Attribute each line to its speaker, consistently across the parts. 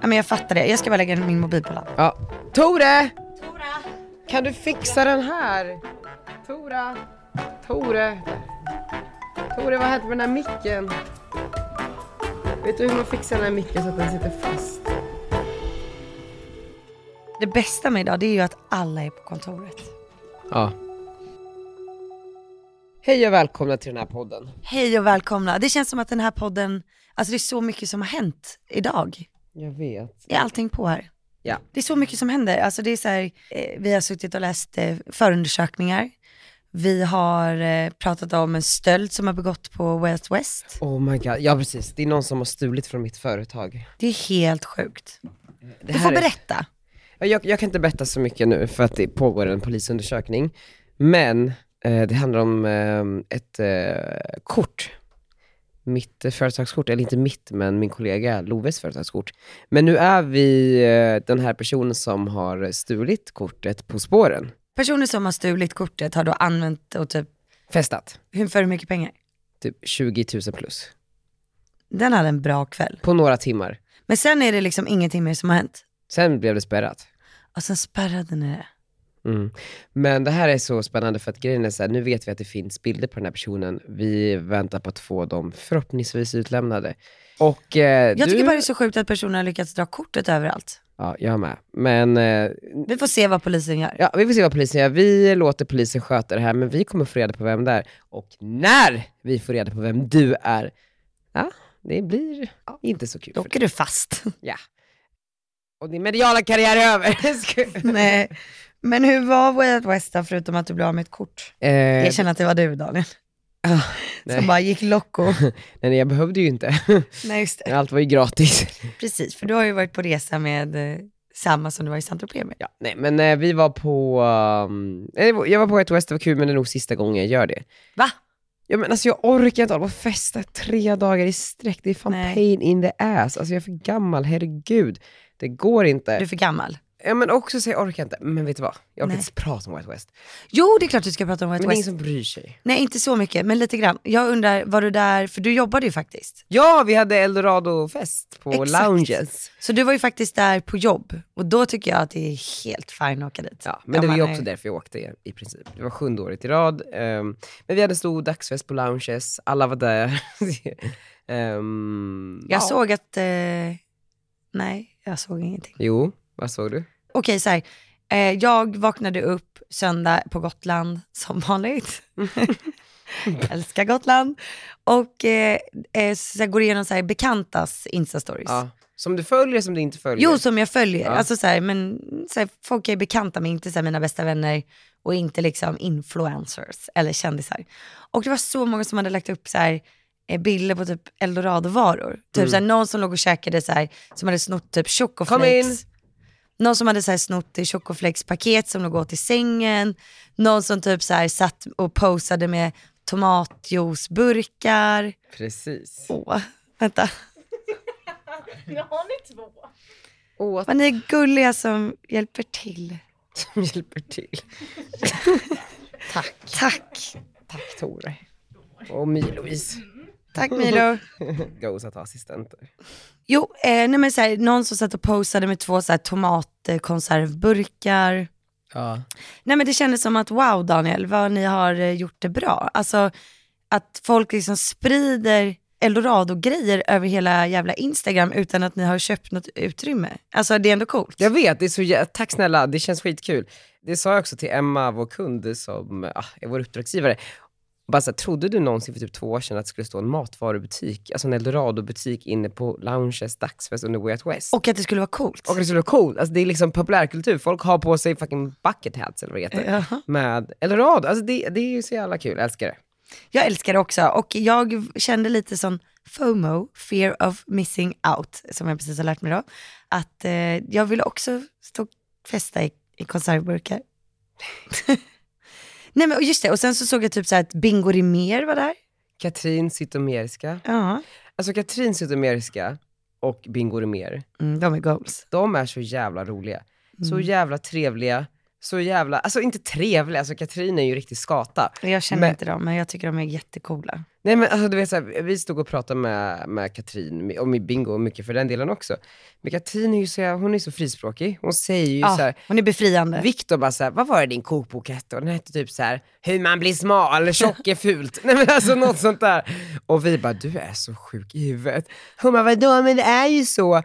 Speaker 1: Ja, men jag fattar det. Jag ska bara lägga min mobil på ladd.
Speaker 2: Ja. Tore! Kan du fixa den här? Tora! Tore! Tore, vad hände med den här micken? Vet du hur man fixar den här micken så att den sitter fast?
Speaker 1: Det bästa med idag det är ju att alla är på kontoret.
Speaker 2: Ja. Hej och välkomna till den här podden.
Speaker 1: Hej och välkomna. Det känns som att den här podden, alltså det är så mycket som har hänt idag.
Speaker 2: Jag vet.
Speaker 1: Är allting på här?
Speaker 2: Ja.
Speaker 1: Det är så mycket som händer. Alltså det är så här, eh, vi har suttit och läst eh, förundersökningar. Vi har eh, pratat om en stöld som har begått på Way Out West.
Speaker 2: Oh my god, ja precis. Det är någon som har stulit från mitt företag.
Speaker 1: Det är helt sjukt. du
Speaker 2: Det här
Speaker 1: får
Speaker 2: är-
Speaker 1: berätta.
Speaker 2: Ja, Jag, jag kan inte berätta så mycket nu för att det pågår en polisundersökning. Men eh, det handlar om eh, ett eh, kort. Mitt eh, företagskort, eller inte mitt, men min kollega Loves företagskort. Men nu är vi eh, den här personen som har stulit kortet På spåren.
Speaker 1: Personer som har stulit kortet har då använt och typ,
Speaker 2: Festat.
Speaker 1: hur, för hur mycket pengar?
Speaker 2: Typ 20 000 plus.
Speaker 1: Den hade en bra kväll.
Speaker 2: På några timmar.
Speaker 1: Men sen är det liksom ingenting mer som har hänt.
Speaker 2: Sen blev det spärrat.
Speaker 1: Och sen spärrade ni det.
Speaker 2: Mm. Men det här är så spännande för att grejen är så här, nu vet vi att det finns bilder på den här personen. Vi väntar på att få dem förhoppningsvis utlämnade. Och eh,
Speaker 1: Jag
Speaker 2: du...
Speaker 1: tycker bara det är så sjukt att personen har lyckats dra kortet överallt.
Speaker 2: Ja, jag med. Men eh,
Speaker 1: Vi får se vad polisen gör.
Speaker 2: ja, vi får se vad polisen gör. Vi låter polisen sköta det här, men vi kommer få reda på vem det är. Och när vi får reda på vem du är, ja, det blir inte så kul
Speaker 1: Då
Speaker 2: för dig.
Speaker 1: åker du fast.
Speaker 2: Ja. Och din mediala karriär är över. Sku-
Speaker 1: Nej. Men hur var Way Out West då, förutom att du blev av med ett kort?
Speaker 2: eh, Ah,
Speaker 1: Jag känner att det var du Daniel,
Speaker 2: nej.
Speaker 1: som bara gick loco.
Speaker 2: nej, nej, jag behövde ju inte.
Speaker 1: Nej just det.
Speaker 2: Allt var ju gratis.
Speaker 1: Precis, för du har ju varit på resa med eh, samma som du var i Saint med.
Speaker 2: Ja, nej men eh, vi var på, ehm, eh, jag var på ett West, det var kul men det är nog sista gången jag gör det.
Speaker 1: Va?
Speaker 2: Ja men alltså jag orkar inte hålla på och festa tre dagar i sträck, det är fan
Speaker 1: Nej.
Speaker 2: pain in the ass. Alltså jag är för gammal, herregud. Det går inte.
Speaker 1: Du är för gammal.
Speaker 2: Ja men också så jag orkar inte, men vet du vad? Jag orkar
Speaker 1: Nej.
Speaker 2: inte ens prata om West West.
Speaker 1: Jo, det är klart du ska prata om Way
Speaker 2: Men
Speaker 1: Out
Speaker 2: det är
Speaker 1: West.
Speaker 2: ingen som bryr sig.
Speaker 1: Nej, inte så mycket, men lite grann. Jag undrar, var du där, för du jobbade ju faktiskt.
Speaker 2: Ja, vi hade Eldorado-fest på
Speaker 1: Exakt.
Speaker 2: lounges.
Speaker 1: Så du var ju faktiskt där på jobb, och då tycker jag att det är helt fine att åka dit.
Speaker 2: Ja,
Speaker 1: Ja,
Speaker 2: men det var ju
Speaker 1: man
Speaker 2: också
Speaker 1: är-
Speaker 2: därför jag åkte i princip. Det var sjunde året i rad. ehm, men vi hade en stor dagsfest på lounges, alla var där. Ehm,
Speaker 1: Jag
Speaker 2: ja.
Speaker 1: såg att, eh, nej, jag såg ingenting.
Speaker 2: Jo, vad såg du?
Speaker 1: Okej, så här. Eh, jag vaknade upp söndag på Gotland som vanligt. Älskar Gotland. Och eh, eh, så jag går igenom så här, bekantas instastories.
Speaker 2: Ja. Som du följer, som du inte följer.
Speaker 1: Jo, som jag följer.
Speaker 2: Ja.
Speaker 1: Alltså, så här, men, så här, folk jag är bekanta med, inte så här, mina bästa vänner och inte liksom influencers eller kändisar. Och det var så många som hade lagt upp så här, eh, bilder på typ Eldorado-varor. Typ så här, någon som låg och käkade så här, som hade snott typ
Speaker 2: Mm. Kom in.
Speaker 1: chocoflakes. Någon som hade så här, snott i chocoflakes-paket som låg och åt i sängen. Någon som typ så här, satt och posade med tomatjuiceburkar.
Speaker 2: Precis.
Speaker 1: Åh, vänta.
Speaker 2: Åt
Speaker 1: Vad ni är gulliga som hjälper till.
Speaker 2: som hjälper till.
Speaker 1: Tack. Tack.
Speaker 2: Tack Tore. Och My-Louise.
Speaker 1: Tack Milo.
Speaker 2: Goes att ha assistenter.
Speaker 1: Jo, eh, nej men så här, någon som satt och posade med två så här, tomatkonservburkar.
Speaker 2: Ja.
Speaker 1: Nej men det kändes som att wow Daniel, vad ni har eh, gjort det bra. Alltså att folk liksom sprider eldorado-grejer över hela jävla Instagram utan att ni har köpt något utrymme. Alltså det är ändå coolt.
Speaker 2: Jag vet, det är så jä- tack snälla, det känns skitkul. Det sa jag också till Emma, vår kund som ah, är vår uppdragsgivare. Bara så här, trodde du någonsin för typ två år sedan att det skulle stå en matvarubutik, alltså en eldorado-butik inne på lounges dagsfest under Way Out West?
Speaker 1: Och att det skulle vara coolt.
Speaker 2: Och det skulle vara coolt, alltså det är liksom populärkultur. Folk har på sig fucking bucket hats eller vad det heter.
Speaker 1: Ja.
Speaker 2: Med eldorado, alltså det, det är ju så jävla kul, jag älskar det.
Speaker 1: Jag älskar det också och jag kände lite sån FOMO, fear of missing out, som jag precis har lärt mig då. Att eh, jag ville också stå och festa i, i konservburkar. Nej men och just det, och sen så såg jag typ så här att Bingo Rimér var där.
Speaker 2: Katrin Zytomierska.
Speaker 1: Ja.
Speaker 2: Alltså Katrin Zytomierska och Bingo Rimér,
Speaker 1: Mm, de är goals.
Speaker 2: de är så jävla roliga. Så
Speaker 1: Mm.
Speaker 2: jävla trevliga, så jävla, alltså inte trevlig, alltså Katrin är ju riktigt skata.
Speaker 1: Jag känner
Speaker 2: Men-
Speaker 1: inte dem, men jag tycker de är jättecoola.
Speaker 2: Nej men alltså du vet så här, vi stod och pratade med, med Katrin, och med Bingo och mycket för den delen också. Men Katrin är ju så, jävla- hon är så frispråkig, hon säger ju så
Speaker 1: Ja,
Speaker 2: här,
Speaker 1: Ah, hon är befriande.
Speaker 2: Viktor bara såhär, vad var det din kokbok hette? Och den hette typ såhär, hur man blir smal, tjock är fult. Nej men alltså något sånt där. Och vi bara, du är så sjuk i huvudet. Hon bara, vadå men det är ju så. Och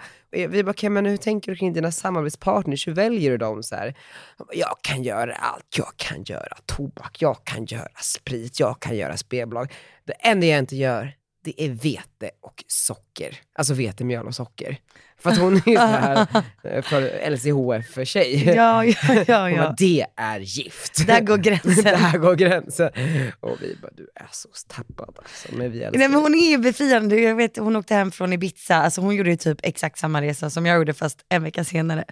Speaker 2: Vi bara, okej men hur tänker du kring dina samarbetspartners? Hur väljer du dem? Så här, Hon bara, jag kan göra allt. Jag kan göra tobak, jag kan göra sprit, jag kan göra spelbolag. Det enda jag inte gör, det är vete och socker. Alltså vetemjöl och socker. För att hon är ju så här eh, för LCHF-tjej.
Speaker 1: Ja, ja, ja.
Speaker 2: Hon bara,
Speaker 1: ja.
Speaker 2: det är gift.
Speaker 1: Där går gränsen.
Speaker 2: Där går gränsen. Och vi bara, du är så tappad alltså. Men vi älskar
Speaker 1: Nej men
Speaker 2: dig.
Speaker 1: hon är ju befriande, jag vet hon åkte hem från Ibiza, alltså hon gjorde ju typ exakt samma resa som jag gjorde fast en vecka senare.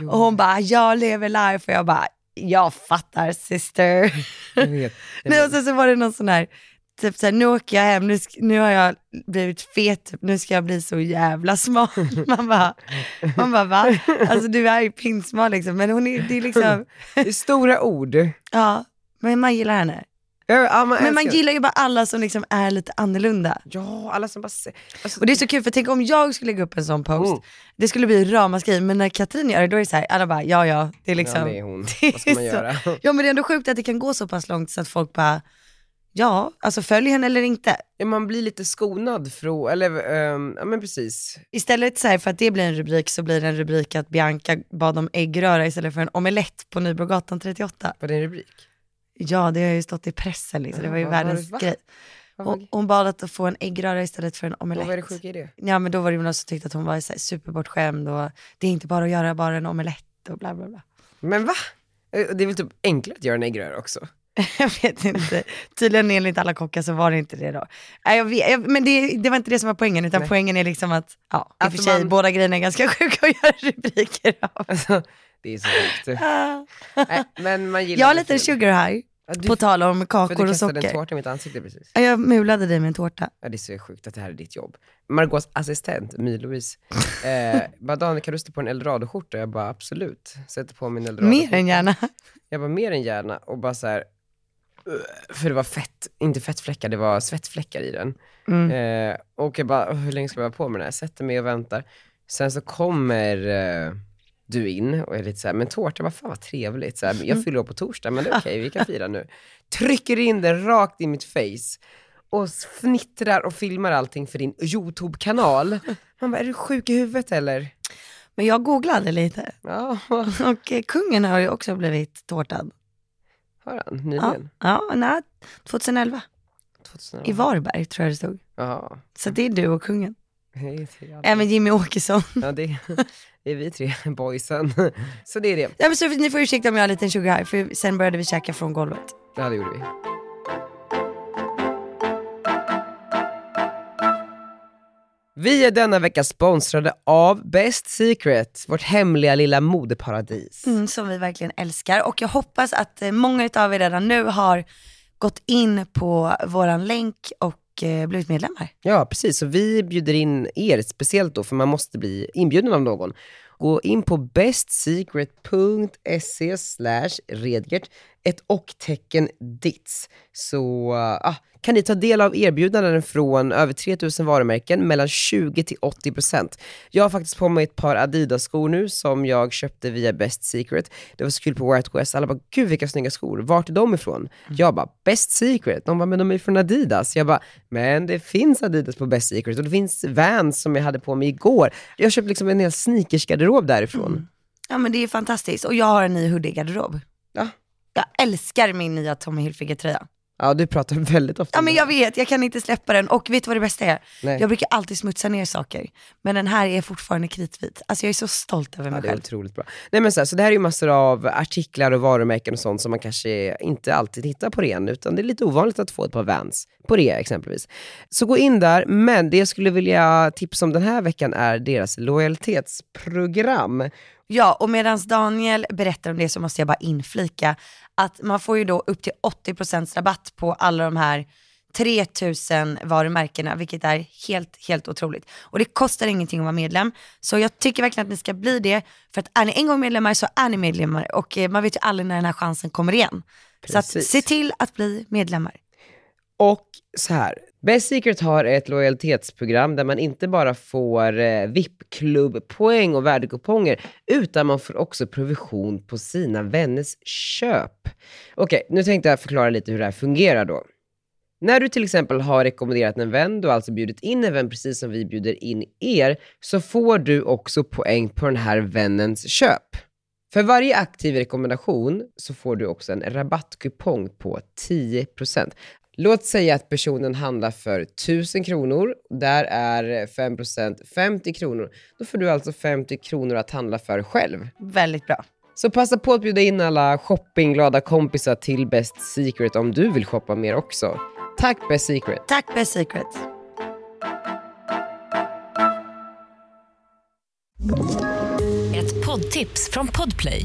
Speaker 2: jo.
Speaker 1: Och hon bara, jag lever life och jag bara, jag fattar sister.
Speaker 2: Jag vet.
Speaker 1: Nej, alltså- och sen så var det någon sån här, typ såhär, nu åker jag hem, nu, sk- nu har jag blivit fet, typ, nu ska jag bli så jävla smal. Man bara, man bara va? Alltså du är ju pinsmal liksom, men hon är, det är liksom,
Speaker 2: Det är stora ord. Ja,
Speaker 1: ja, men man gillar henne.
Speaker 2: ja, man
Speaker 1: Men man
Speaker 2: älskar-
Speaker 1: gillar ju bara alla som liksom är lite annorlunda.
Speaker 2: Ja, alla som bara... se- Alltså,
Speaker 1: Och det är så kul för tänk om jag skulle lägga upp en sån post,
Speaker 2: Mm.
Speaker 1: det skulle bli ramaskri, men när Katrin gör det då är det så här, alla bara ja ja, det är liksom.
Speaker 2: Ja, det är hon. Vad ska man
Speaker 1: så-
Speaker 2: göra?
Speaker 1: Ja men det är ändå sjukt att det kan gå så pass långt så att folk bara, ja, alltså följ henne eller inte.
Speaker 2: Ja, man blir lite skonad från, eller ehm, ja men precis.
Speaker 1: Istället så här, för att det blir en rubrik så blir det en rubrik att Bianca bad om äggröra istället för en omelett på Nybrogatan 38.
Speaker 2: Vad är din rubrik?
Speaker 1: Ja det har ju stått i pressen liksom, det var ju
Speaker 2: Ja, vad var
Speaker 1: världens
Speaker 2: det? Va?
Speaker 1: grej.
Speaker 2: Vad var-
Speaker 1: Och hon bad att få en äggröra istället för en
Speaker 2: vad
Speaker 1: omelett.
Speaker 2: var det sjuka i det?
Speaker 1: Ja men då var det ju någon som tyckte att hon var så här, superbortskämd och det är inte bara att göra bara en omelett och bla bla bla.
Speaker 2: Men va? Eh, Det är väl typ enklare att göra en äggröra också?
Speaker 1: Jag vet inte. Tydligen enligt alla kockar så var det inte det då. Nej, jag vet, jag, men det, det var inte det som var poängen, utan
Speaker 2: Nej.
Speaker 1: poängen är liksom att, ja, i och
Speaker 2: Att
Speaker 1: för sig,
Speaker 2: man-
Speaker 1: båda grejerna är ganska sjuka att göra rubriker av.
Speaker 2: Alltså, det är så sjukt. Nej, men man gillar
Speaker 1: Jag har
Speaker 2: det
Speaker 1: lite
Speaker 2: för-
Speaker 1: sugar high,
Speaker 2: Ja, du-
Speaker 1: på tal om
Speaker 2: För
Speaker 1: kakor
Speaker 2: du
Speaker 1: och
Speaker 2: kastade en
Speaker 1: socker.
Speaker 2: tårta i mitt ansikte precis.
Speaker 1: Ja, Jag mulade dig med en tårta.
Speaker 2: Ja, det är så sjukt att det här är ditt jobb. Margots assistent, My-Louise, eh, bara Daniel kan du sätta på en eldorado-skjorta? Jag bara absolut, sätter på min eldorado
Speaker 1: Mer än gärna.
Speaker 2: Jag bara mer än gärna och bara så här, "Ugh", för det var fett, inte fettfläckar, det var svettfläckar i den.
Speaker 1: Mm.
Speaker 2: Eh, och jag bara, "Åh, hur länge ska jag vara på med den här? Sätter mig och väntar. Sen så kommer eh, du in och är lite såhär, men tårta, vad fan vad trevligt. Så här,
Speaker 1: Mm.
Speaker 2: jag fyller år på torsdag, men det är okej, vi kan fira nu. Trycker in den rakt i mitt face och fnittrar och filmar allting för din YouTube-kanal. Man bara, är du sjuk i huvudet eller?
Speaker 1: Men jag googlade lite
Speaker 2: Ja,
Speaker 1: och eh, kungen har ju också blivit tårtad.
Speaker 2: har han
Speaker 1: Ja,
Speaker 2: nyligen?
Speaker 1: ja nej, 2011
Speaker 2: 2000.
Speaker 1: i Varberg tror jag det stod.
Speaker 2: Ja.
Speaker 1: Så det är du och kungen.
Speaker 2: Det är tre alla.
Speaker 1: Även Jimmy Åkesson.
Speaker 2: Ja, det, det är vi tre boysen. Så det är det.
Speaker 1: Ja, men så ni får ursäkta om jag har en liten sugar high, för sen började vi käka från golvet.
Speaker 2: Ja, det gjorde vi. Vi är denna vecka sponsrade av Best Secret, vårt hemliga lilla modeparadis.
Speaker 1: Mm, som vi verkligen älskar. Och jag hoppas att eh, många av er redan nu har gått in på våran länk och eh, blivit medlemmar.
Speaker 2: Ja, precis. Så vi bjuder in er speciellt då, för man måste bli inbjuden av någon. Gå in på bestsecret.se slash redgert, ett och tecken dits. Så ah, kan ni ta del av erbjudanden från över 3000 varumärken mellan 20 till 80 procent. Jag har faktiskt på mig ett par Adidas-skor nu som jag köpte via Best Secret. Det var så kul på White West, alla bara “Gud vilka snygga skor, vart är de
Speaker 1: Mm.
Speaker 2: ifrån?” Jag bara “Best Secret”, de bara “Men de är från Adidas”. Jag bara “Men det finns Adidas på Best Secret och det finns Vans som jag hade på mig igår”. Jag köpte liksom en hel sneakersgarderob därifrån.
Speaker 1: Mm. Ja men det är fantastiskt. Och jag har en ny hoodie-garderob.
Speaker 2: Ja.
Speaker 1: Jag älskar min nya Tommy Hilfiger-tröja.
Speaker 2: Ja, du pratar väldigt ofta
Speaker 1: Ja
Speaker 2: om
Speaker 1: men
Speaker 2: det.
Speaker 1: jag vet, jag kan inte släppa den. Och vet du vad det bästa är?
Speaker 2: Nej.
Speaker 1: Jag brukar alltid smutsa ner saker. Men den här är fortfarande kritvit. Alltså jag är så stolt över mig
Speaker 2: Ja, det är
Speaker 1: själv.
Speaker 2: otroligt bra. Nej, men så, här, så det här är ju massor av artiklar och varumärken och sånt som man kanske inte alltid hittar på ren, utan det är lite ovanligt att få ett par Vans på rea exempelvis. Så gå in där, men det jag skulle vilja tipsa om den här veckan är deras lojalitetsprogram.
Speaker 1: Ja, och medan Daniel berättar om det så måste jag bara inflika att man får ju då upp till 80% rabatt på alla de här 3000 varumärkena, vilket är helt, helt otroligt. Och det kostar ingenting att vara medlem. Så jag tycker verkligen att ni ska bli det. För att är ni en gång medlemmar så är ni medlemmar. Och eh, man vet ju aldrig när den här chansen kommer igen. Så att,
Speaker 2: Precis.
Speaker 1: se till att bli medlemmar.
Speaker 2: Och så här, Best Secret har ett lojalitetsprogram där man inte bara får eh, VIP-klubbpoäng och värdekuponger, utan man får också provision på sina vänners köp. Okej, nu tänkte jag förklara lite hur det här fungerar då. När du till exempel har rekommenderat en vän, du har alltså bjudit in en vän precis som vi bjuder in er, så får du också poäng på den här vännens köp. För varje aktiv rekommendation så får du också en rabattkupong på 10%. Låt säga att personen handlar för 1000 kronor. Där är 5% 50 kronor. Då får du alltså 50 kronor att handla för själv.
Speaker 1: Väldigt bra.
Speaker 2: Så passa på att bjuda in alla shoppingglada kompisar till Best Secret om du vill shoppa mer också. Tack Best Secret!
Speaker 1: Tack Best Secret.
Speaker 3: Ett poddtips från Podplay.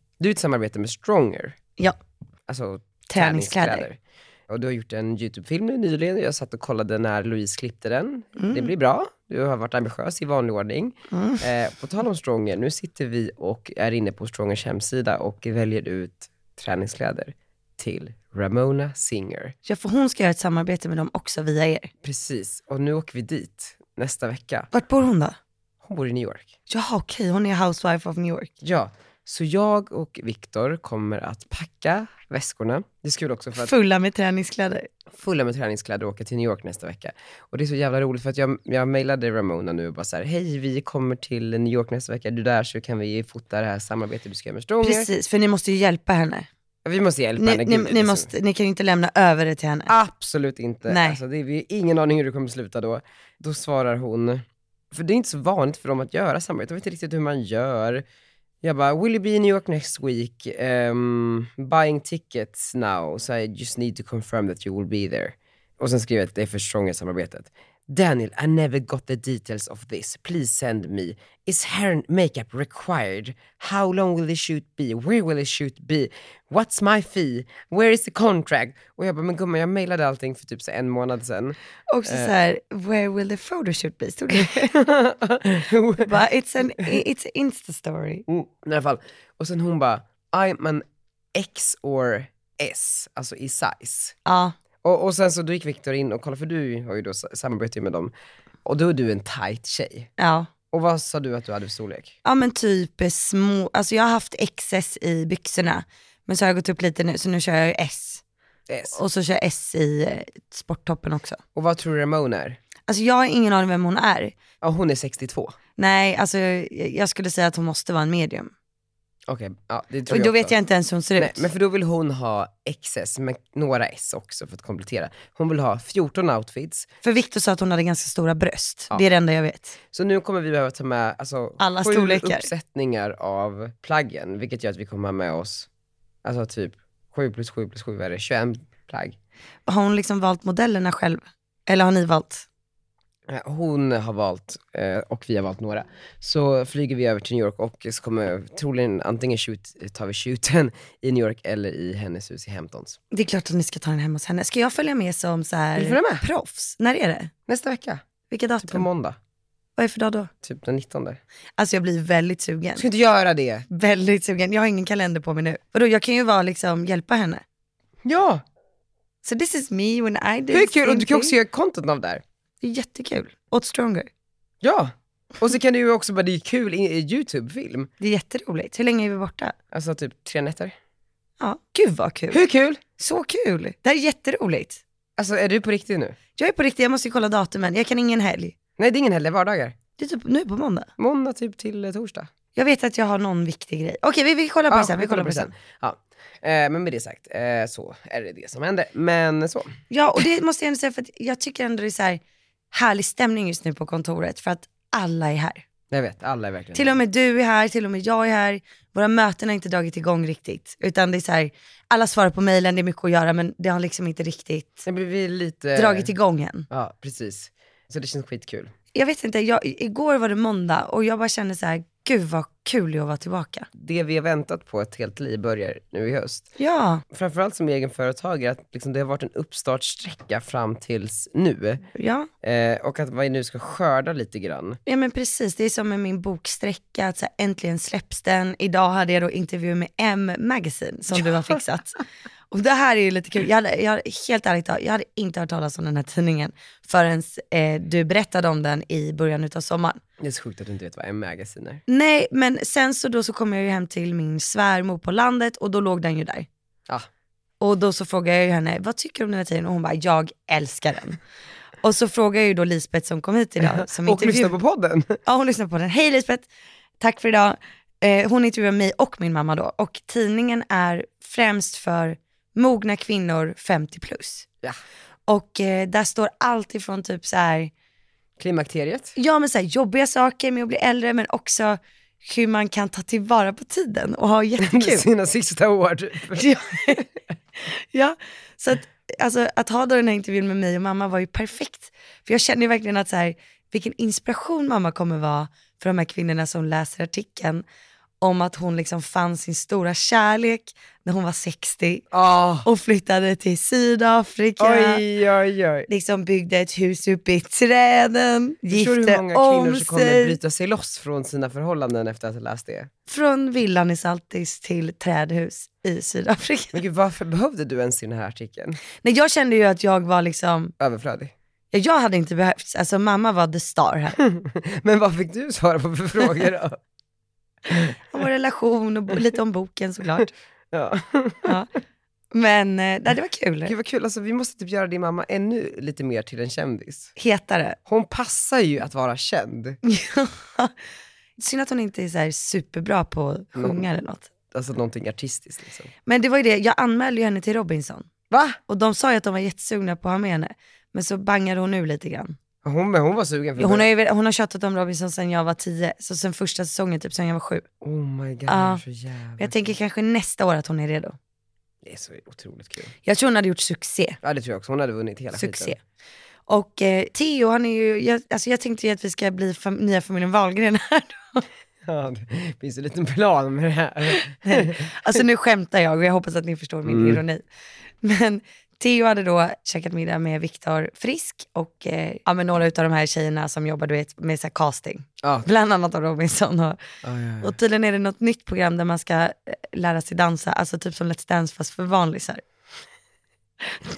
Speaker 2: Du är i ett samarbete med Stronger.
Speaker 1: Ja.
Speaker 2: Alltså
Speaker 1: Träningskläder.
Speaker 2: Och du har gjort en YouTube-film nu nyligen. Jag satt och kollade när Louise klippte den.
Speaker 1: Mm.
Speaker 2: Det blir bra. Du har varit ambitiös i vanlig ordning. Eh, på tal om Stronger, nu sitter vi och är inne på Strongers hemsida och väljer ut träningskläder till Ramona Singer.
Speaker 1: Ja, för hon ska göra ett samarbete med dem också via er.
Speaker 2: Precis, och nu åker vi dit nästa vecka.
Speaker 1: Vart bor hon då?
Speaker 2: Hon bor i New York.
Speaker 1: Jaha okej, hon är housewife of New York.
Speaker 2: Ja, så jag och Viktor kommer att packa väskorna. Det är så kul också för att
Speaker 1: Fulla med träningskläder.
Speaker 2: fulla med träningskläder och åka till New York nästa vecka. Och det är så jävla roligt för att jag, jag mejlade Ramona nu och bara så här, hej vi kommer till New York nästa vecka, är du där så kan vi fota det här samarbetet du ska göra med Stronger.
Speaker 1: Precis, för ni måste ju hjälpa henne.
Speaker 2: Vi måste hjälpa
Speaker 1: Ni,
Speaker 2: henne.
Speaker 1: ni,
Speaker 2: Gud,
Speaker 1: ni,
Speaker 2: liksom.
Speaker 1: måste, ni kan ju inte lämna över det till henne.
Speaker 2: Absolut inte.
Speaker 1: Nej.
Speaker 2: Alltså, det är, vi har ingen aning hur det kommer sluta då. Då svarar hon, för det är inte så vanligt för dem att göra samarbete, jag vet inte riktigt hur man gör. Jag bara, will you be in New York next week? Ehm, buying tickets now, so I just need to confirm that you will be there. Och sen skriver jag att det är för Stronger-samarbetet. Daniel, I never got the details of this. Please send me. Is hair and makeup required? How long will the shoot be? Where will the shoot be? What's my fee? Where is the contract? Och jag bara, men gumman jag mejlade allting för typ så en månad sedan.
Speaker 1: Också
Speaker 2: Eh.
Speaker 1: så här, where will the photoshoot be? Stod det? Bara, it's an it's an insta story.
Speaker 2: Mm, I alla fall. Och sen hon bara, I'm an X or S, alltså i size.
Speaker 1: Ja,
Speaker 2: Och, och sen så då gick Viktor in och kollade, för du har ju då sa- samarbetar ju med dem. Och då är du en tight tjej.
Speaker 1: ja.
Speaker 2: Och vad sa du att du hade för storlek?
Speaker 1: Ja men typ eh, små, alltså jag har haft XS i byxorna. Men så har jag gått upp lite nu, så nu kör jag ju S.
Speaker 2: S.
Speaker 1: Och så kör jag S i eh, sporttoppen också.
Speaker 2: Och vad tror du Ramona är?
Speaker 1: Alltså jag har ingen aning vem hon är.
Speaker 2: Ja, hon är 62.
Speaker 1: Nej, alltså jag, jag skulle säga att hon måste vara en medium.
Speaker 2: Okej, ja, det tror
Speaker 1: Och då
Speaker 2: jag
Speaker 1: vet
Speaker 2: också.
Speaker 1: jag inte ens hur hon ser
Speaker 2: Nej,
Speaker 1: ut.
Speaker 2: men för då vill hon ha XS, men några S också för att komplettera. Hon vill ha 14 outfits,
Speaker 1: För Victor sa att hon hade ganska stora bröst.
Speaker 2: Ja.
Speaker 1: Det är det enda jag vet.
Speaker 2: så nu kommer vi behöva ta med alltså,
Speaker 1: Alla
Speaker 2: sju
Speaker 1: storlekar.
Speaker 2: uppsättningar av plaggen, vilket gör att vi kommer ha med oss, alltså typ 7 plus 7 plus 7 är det 21 plagg.
Speaker 1: Har hon liksom valt modellerna själv? Eller har ni valt?
Speaker 2: Eh, Hon har valt, eh, och vi har valt några. Så flyger vi över till New York och så kommer troligen antingen shoot, tar vi shooten i New York eller i hennes hus i Hamptons.
Speaker 1: Det är klart att ni ska ta den hem hos henne. Ska jag följa med som så
Speaker 2: Vill du följa
Speaker 1: här
Speaker 2: med?
Speaker 1: proffs? När är det?
Speaker 2: Nästa vecka,
Speaker 1: Vilka
Speaker 2: typ på
Speaker 1: datum?
Speaker 2: måndag,
Speaker 1: Vad är för dag då?
Speaker 2: typ den 19.
Speaker 1: Alltså jag blir väldigt sugen.
Speaker 2: Ska inte göra det!
Speaker 1: Väldigt sugen. Jag har ingen kalender på mig nu. Vadå, jag kan ju vara liksom, hjälpa henne.
Speaker 2: Ja!
Speaker 1: So this is me when I do
Speaker 2: Hur kul! Och du kan
Speaker 1: something.
Speaker 2: också göra content av det här.
Speaker 1: Det är jättekul. Åt Stronger.
Speaker 2: Ja! Och så kan du ju också bara, det är kul, i- i YouTube-film.
Speaker 1: Det är jätteroligt. Hur länge är vi borta?
Speaker 2: Alltså typ tre nätter.
Speaker 1: Ja. Gud vad kul.
Speaker 2: Hur kul?
Speaker 1: Så kul. Det här är jätteroligt.
Speaker 2: Alltså är du på riktigt nu?
Speaker 1: Jag är på riktigt, jag måste ju kolla datumen. Jag kan ingen helg.
Speaker 2: Nej det är ingen helg, det är vardagar.
Speaker 1: Det är typ nu på måndag.
Speaker 2: Måndag typ till eh, torsdag.
Speaker 1: Jag vet att jag har någon viktig grej. Okej, vi, vi kollar på
Speaker 2: Ja,
Speaker 1: det sen. Vi kollar på det sen.
Speaker 2: Ja. Eh, men med det sagt, eh, så är det det som händer. Men så.
Speaker 1: Ja, och det måste jag ändå säga för att jag tycker ändå det är så här härlig stämning just nu på kontoret för att alla är här.
Speaker 2: Jag vet, alla är verkligen
Speaker 1: Till och med du är här, till och med jag är här. Våra möten har inte dragit igång riktigt. Utan det är så här, alla svarar på mejlen, det är mycket att göra men det har liksom inte riktigt
Speaker 2: Sen blir vi lite...
Speaker 1: dragit igång än.
Speaker 2: Ja, precis. Så det känns skitkul.
Speaker 1: Jag vet inte, jag, igår var det måndag och jag bara kände så här, gud vad kul det är att vara tillbaka.
Speaker 2: Det vi har väntat på ett helt liv börjar nu i höst.
Speaker 1: Ja,
Speaker 2: Framförallt som egenföretagare, att liksom det har varit en uppstartsträcka fram tills nu.
Speaker 1: ja.
Speaker 2: Eh, och att man nu ska skörda lite grann.
Speaker 1: Ja men precis, det är som med min boksträcka, att så här, äntligen släpps den. Idag hade jag då intervju med M Magazine som du har fixat. Och det här är ju lite kul, jag hade, jag, helt ärligt, jag hade inte hört talas om den här tidningen förrän eh, du berättade om den i början utav sommaren.
Speaker 2: Det är så sjukt att du inte vet vad M-magasin är.
Speaker 1: Nej men sen så då så kom jag ju hem till min svärmor på landet och då låg den ju där.
Speaker 2: Ja.
Speaker 1: Och då så frågade jag ju henne, vad tycker du om den här tidningen? Och hon bara, jag älskar den. Och så frågade jag ju då Lisbeth som kom hit idag, som
Speaker 2: Och lyssna på podden!
Speaker 1: Ja, hon lyssnar på den. Hej Lisbeth, tack för idag. Eh, hon intervjuar mig och min mamma då. Och tidningen är främst för mogna kvinnor 50 plus.
Speaker 2: Ja.
Speaker 1: Och eh, där står allt ifrån typ så här,
Speaker 2: Klimakteriet.
Speaker 1: ja men så här jobbiga saker med att bli äldre, men också hur man kan ta tillvara på tiden och ha jättekul.
Speaker 2: Sina sista år. typ.
Speaker 1: Ja. ja, så att, alltså, att ha då den här intervjun med mig och mamma var ju perfekt. För jag känner ju verkligen att så här, vilken inspiration mamma kommer vara för de här kvinnorna som läser artikeln om att hon liksom fann sin stora kärlek när hon var 60
Speaker 2: Ah.
Speaker 1: och flyttade till Sydafrika.
Speaker 2: Oj, oj, oj.
Speaker 1: Liksom byggde ett hus uppe i träden,
Speaker 2: Förstår du
Speaker 1: gifte
Speaker 2: hur många
Speaker 1: om
Speaker 2: kvinnor som kommer
Speaker 1: sig.
Speaker 2: bryta sig loss från sina förhållanden efter att ha läst det?
Speaker 1: Från villan i Saltis till trädhus i Sydafrika.
Speaker 2: Men gud, varför behövde du ens i den här artikeln?
Speaker 1: Nej, jag kände ju att jag var liksom,
Speaker 2: Överflödig.
Speaker 1: Ja, Jag hade inte behövt, alltså mamma var the star här.
Speaker 2: Men vad fick du svara på för frågor då?
Speaker 1: Om vår relation och bo- lite om boken såklart.
Speaker 2: Ja.
Speaker 1: Ja. Men eh, nej, det var kul.
Speaker 2: Gud vad kul, alltså, vi måste typ göra din mamma ännu lite mer till en kändis.
Speaker 1: Hetare.
Speaker 2: Hon passar ju att vara känd.
Speaker 1: Synd att hon inte är så här superbra på att sjunga eller något.
Speaker 2: Alltså någonting artistiskt liksom.
Speaker 1: Men det var ju det, jag anmälde ju henne till Robinson.
Speaker 2: Va?
Speaker 1: Och de sa ju att de var jättesugna på att ha med henne. Men så bangade hon nu lite grann.
Speaker 2: Hon, men hon var sugen för
Speaker 1: Hon har, ju, vel- hon har tjatat om Robinson sedan jag var tio, så sen första säsongen, typ sen jag var sju.
Speaker 2: Oh my god,
Speaker 1: Ja.
Speaker 2: så jävla...
Speaker 1: Men jag tänker kanske nästa år att hon är redo.
Speaker 2: Det är så otroligt kul.
Speaker 1: Jag tror hon hade gjort succé.
Speaker 2: Ja det tror jag också, hon hade vunnit hela
Speaker 1: succé.
Speaker 2: skiten.
Speaker 1: Och eh, Theo, han är ju, jag, alltså jag tänkte ju att vi ska bli fam- nya familjen Wahlgren här.
Speaker 2: Ja, det finns en liten plan med det här.
Speaker 1: Alltså nu skämtar jag och jag hoppas att ni förstår min ironi. Men Theo hade då käkat middag med Viktor Frisk och eh, ja, men några av de här tjejerna som jobbar du vet, med så här casting.
Speaker 2: Ja.
Speaker 1: Bland annat av Robinson. Och,
Speaker 2: Ja, ja, ja.
Speaker 1: och tydligen är det något nytt program där man ska eh, lära sig dansa, alltså typ som Let's Dance fast för vanlisar.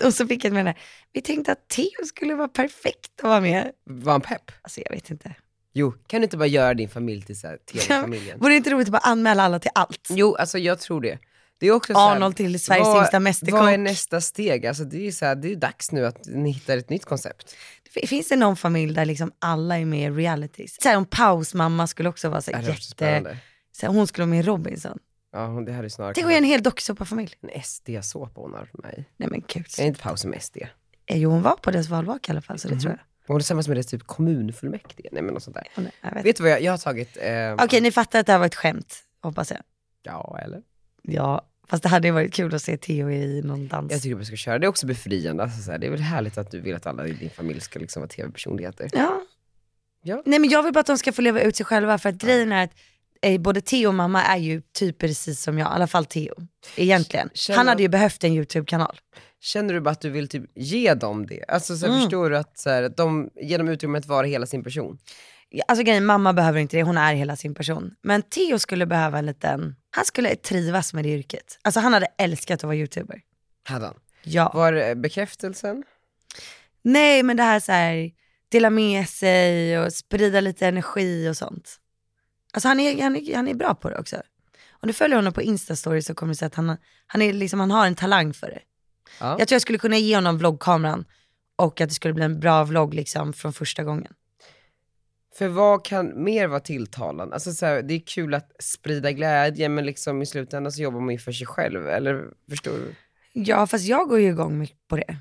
Speaker 1: Och så fick jag med det här, vi tänkte att Theo skulle vara perfekt att vara med.
Speaker 2: Var han pepp?
Speaker 1: Alltså jag vet inte.
Speaker 2: Jo, kan du inte bara göra din familj till så här, tv-familjen?
Speaker 1: Vore det inte roligt att bara anmäla alla till allt? Mm.
Speaker 2: Jo, alltså jag tror det. Det är också så här,
Speaker 1: Arnold till Sveriges
Speaker 2: vad-
Speaker 1: yngsta
Speaker 2: Vad är
Speaker 1: mästerkock.
Speaker 2: nästa steg? Alltså det är ju så här, det är ju dags nu att ni hittar ett nytt koncept.
Speaker 1: F- Finns det någon familj där liksom alla är med i realities? Så här, om Paus mamma skulle också vara så
Speaker 2: Det
Speaker 1: här,
Speaker 2: här är också
Speaker 1: jätte...
Speaker 2: spännande.
Speaker 1: Så här, hon skulle vara med i Robinson.
Speaker 2: Ja, hon- det här är snarare
Speaker 1: Tänk om jag är en hel dokusåpafamilj.
Speaker 2: en SD-såpa hon har mig.
Speaker 1: Nej men gud.
Speaker 2: Är inte pausen med SD?
Speaker 1: Eh, Jo hon var på deras valvaka i alla fall så
Speaker 2: Mm.
Speaker 1: det tror jag.
Speaker 2: Hon är tillsammans med det typ kommunfullmäktige? Nej men något sånt där.
Speaker 1: Hon är- jag vet.
Speaker 2: Vet du vad jag, jag har tagit... Eh,
Speaker 1: Okej ni fattar att det här var ett skämt, hoppas jag.
Speaker 2: Ja, eller?
Speaker 1: Ja, fast det hade ju varit kul att se Theo i någon dans.
Speaker 2: Jag tycker att vi ska köra. Det är också befriande. Alltså, så här, det är väl härligt att du vill att alla i din familj ska liksom vara tv-personligheter.
Speaker 1: Ja.
Speaker 2: Ja.
Speaker 1: Nej men jag vill bara att de ska få leva ut sig själva för att grejen är att eh, både Theo och mamma är ju typ precis som jag, i alla fall Theo. Egentligen.
Speaker 2: Känner-
Speaker 1: Han hade ju behövt en YouTube-kanal.
Speaker 2: Känner du bara att du vill typ ge dem det? Alltså så här,
Speaker 1: Mm.
Speaker 2: förstår du att så här, att de, ge dem utrymme att vara hela sin person?
Speaker 1: Alltså grejen, mamma behöver inte det, hon är hela sin person. Men Theo skulle behöva en liten, han skulle trivas med det yrket. Alltså han hade älskat att vara YouTuber.
Speaker 2: Hade han.
Speaker 1: Ja.
Speaker 2: Var eh, bekräftelsen?
Speaker 1: Nej men det här så här, dela med sig och sprida lite energi och sånt. Alltså han är, han är, han är bra på det också. Om du följer honom på Instastory så kommer du se att han, han, är liksom, han har en talang för det.
Speaker 2: Ja.
Speaker 1: Jag tror jag skulle kunna ge honom vloggkameran och att det skulle bli en bra vlogg liksom från första gången.
Speaker 2: För vad kan mer vara tilltalande? Alltså så här, det är kul att sprida glädje, men liksom i slutändan så jobbar man ju för sig själv, eller förstår du?
Speaker 1: Ja, fast jag går ju igång mycket på det.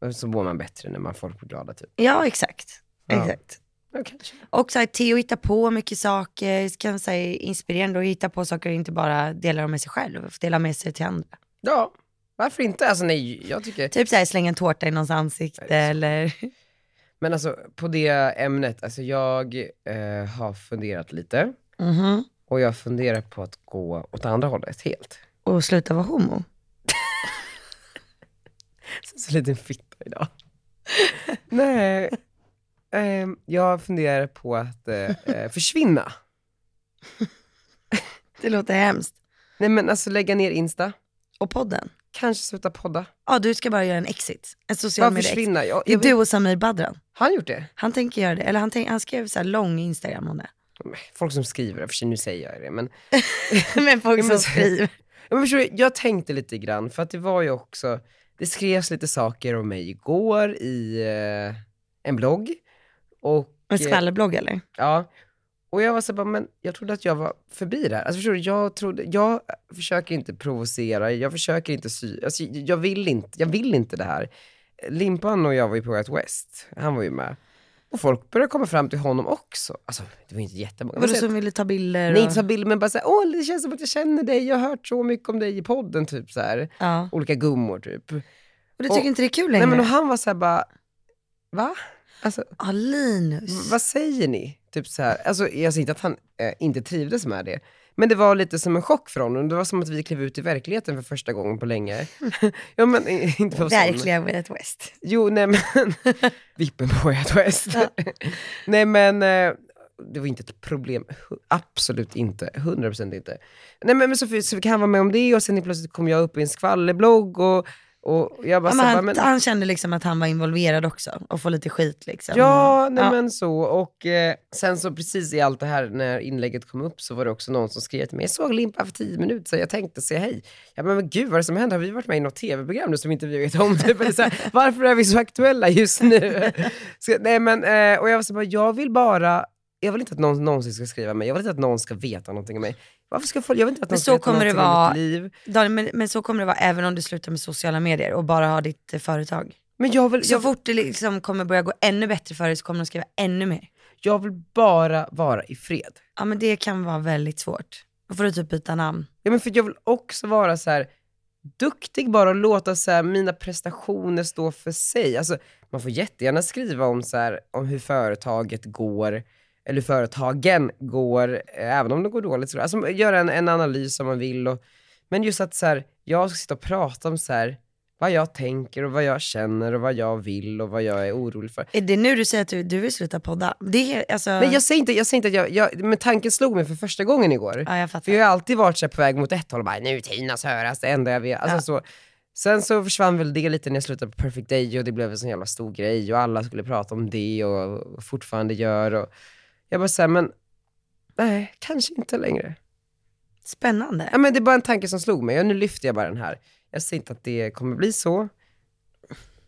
Speaker 2: Och så mår man bättre när man folk blir glada typ.
Speaker 1: Ja, exakt.
Speaker 2: Ja.
Speaker 1: exakt.
Speaker 2: Ja, kanske.
Speaker 1: Och så här, Theo hittar på mycket saker, så kan säga inspirerande att hitta på saker och inte bara dela dem med sig själv, dela med sig till andra.
Speaker 2: Ja, varför inte? Alltså nej, jag tycker...
Speaker 1: Typ så här, slänga en tårta i någons ansikte eller...
Speaker 2: Men alltså på det ämnet, alltså jag eh, har funderat lite.
Speaker 1: Mhm.
Speaker 2: Och jag funderar på att gå åt andra hållet helt.
Speaker 1: Och sluta vara homo.
Speaker 2: Så, så liten fitta idag. nej, ehm, jag funderar på att eh, eh, försvinna.
Speaker 1: Det låter hemskt.
Speaker 2: Nej men alltså lägga ner Insta,
Speaker 1: Och podden?
Speaker 2: kanske sluta podda.
Speaker 1: Ja, du ska bara göra en exit. En social
Speaker 2: Bara
Speaker 1: media exit.
Speaker 2: försvinna. Jag,
Speaker 1: Det är
Speaker 2: jag,
Speaker 1: du och Samir Badran.
Speaker 2: Har han gjort det?
Speaker 1: Han tänker göra det. Eller han, tänk, han skrev så här lång Instagram om det.
Speaker 2: Folk som skriver, för sig, nu säger jag det, men
Speaker 1: Men folk
Speaker 2: Ja,
Speaker 1: som
Speaker 2: men-
Speaker 1: skriver.
Speaker 2: Ja, Men förstår du, jag tänkte lite grann, för att det var ju också, det skrevs lite saker om mig igår i eh, en blogg. Och,
Speaker 1: En
Speaker 2: eh,
Speaker 1: skvallerblogg eller?
Speaker 2: ja, och jag var så här bara, men jag trodde att jag var förbi det här. Alltså förstår du, jag, trodde, jag försöker inte provocera, jag försöker inte sy, alltså, jag, vill inte, jag vill inte det här. Limpan och jag var ju på Way Out West, han var ju med. Och folk började komma fram till honom också. Alltså det var inte jättemånga. Men
Speaker 1: Vadå
Speaker 2: så-
Speaker 1: som ville ta bilder?
Speaker 2: Nej,
Speaker 1: och-
Speaker 2: inte så bild, men bara såhär, åh det känns som att jag känner dig, jag har hört så mycket om dig i podden, typ så här.
Speaker 1: Ja.
Speaker 2: Olika gummor typ.
Speaker 1: Och du tycker
Speaker 2: Och-
Speaker 1: inte det är kul
Speaker 2: Nej
Speaker 1: längre?
Speaker 2: men och han var såhär bara, va? Alltså,
Speaker 1: ah, Linus.
Speaker 2: v- vad säger ni? Typ så här. Alltså, jag säger inte att han eh, inte trivdes med det, men det var lite som en chock för honom. Det var som att vi klev ut i verkligheten för första gången på länge. ja men, eh, inte på
Speaker 1: Verkligen Way Out West.
Speaker 2: Jo, nej men, vippen på Way Out West. nej men, eh, det var inte ett problem. Hu- Absolut inte. 100% inte. Nej men, men så, så kan han vara med om det och sen helt plötsligt kom jag upp i en skvallerblogg och, och jag bara,
Speaker 1: Ja,
Speaker 2: så
Speaker 1: men
Speaker 2: här,
Speaker 1: han,
Speaker 2: bara, men,
Speaker 1: han kände liksom att han var involverad också och får lite skit liksom.
Speaker 2: Ja, nej
Speaker 1: Ja.
Speaker 2: men så. Och eh, sen så precis i allt det här, när inlägget kom upp, så var det också någon som skrev till mig, jag såg Limpa för tio minuter sedan, jag tänkte säga hej. Jag bara, men gud vad är det som händer? Har vi varit med i något tv-program nu som inte vi vet om? Typ, eller så här, varför är vi så aktuella just nu? Så, nej men, eh, och jag var så bara, jag vill bara, jag vill inte att någon någonsin ska skriva mig, jag vill inte att någon ska veta någonting om mig. Varför ska folk, jag vill inte att
Speaker 1: Men
Speaker 2: någon
Speaker 1: så
Speaker 2: ska veta
Speaker 1: kommer det
Speaker 2: någonting om
Speaker 1: vara-
Speaker 2: mitt liv.
Speaker 1: Daniel, men, men så kommer det vara även om du slutar med sociala medier och bara har ditt eh, företag.
Speaker 2: Men jag vill,
Speaker 1: Så
Speaker 2: jag,
Speaker 1: fort det liksom kommer börja gå ännu bättre för dig så kommer de skriva ännu mer.
Speaker 2: jag vill bara vara i fred.
Speaker 1: Ja men det kan vara väldigt svårt. Då får du typ byta namn.
Speaker 2: Ja, men för jag vill också vara så här duktig bara och låta så här, mina prestationer stå för sig. Alltså, man får jättegärna skriva om, så här, om hur företaget går, eller hur företagen går, eh, även om det går dåligt. så- Alltså, göra en, en analys om man vill. Och, men just att så här, jag ska sitta och prata om så här, vad jag tänker och vad jag känner och vad jag vill och vad jag är orolig för.
Speaker 1: Är det nu du säger att du, du vill sluta podda? Det är alltså...
Speaker 2: Nej, jag säger inte, jag säger inte att jag, jag, men tanken slog mig för första gången igår.
Speaker 1: Ja jag
Speaker 2: För
Speaker 1: fattar.
Speaker 2: jag har ju alltid varit så här på väg mot ett håll och bara, nu Tinas höras, det enda jag vet. Alltså, så. Sen så försvann väl det lite när jag slutade på Perfect Day och det blev en sån jävla stor grej och alla skulle prata om det och, och fortfarande gör. Och jag bara såhär, men nej, kanske inte längre.
Speaker 1: Spännande.
Speaker 2: Ja, men det är bara en tanke som slog mig och nu lyfter jag bara den här. Jag säger inte att det kommer bli så.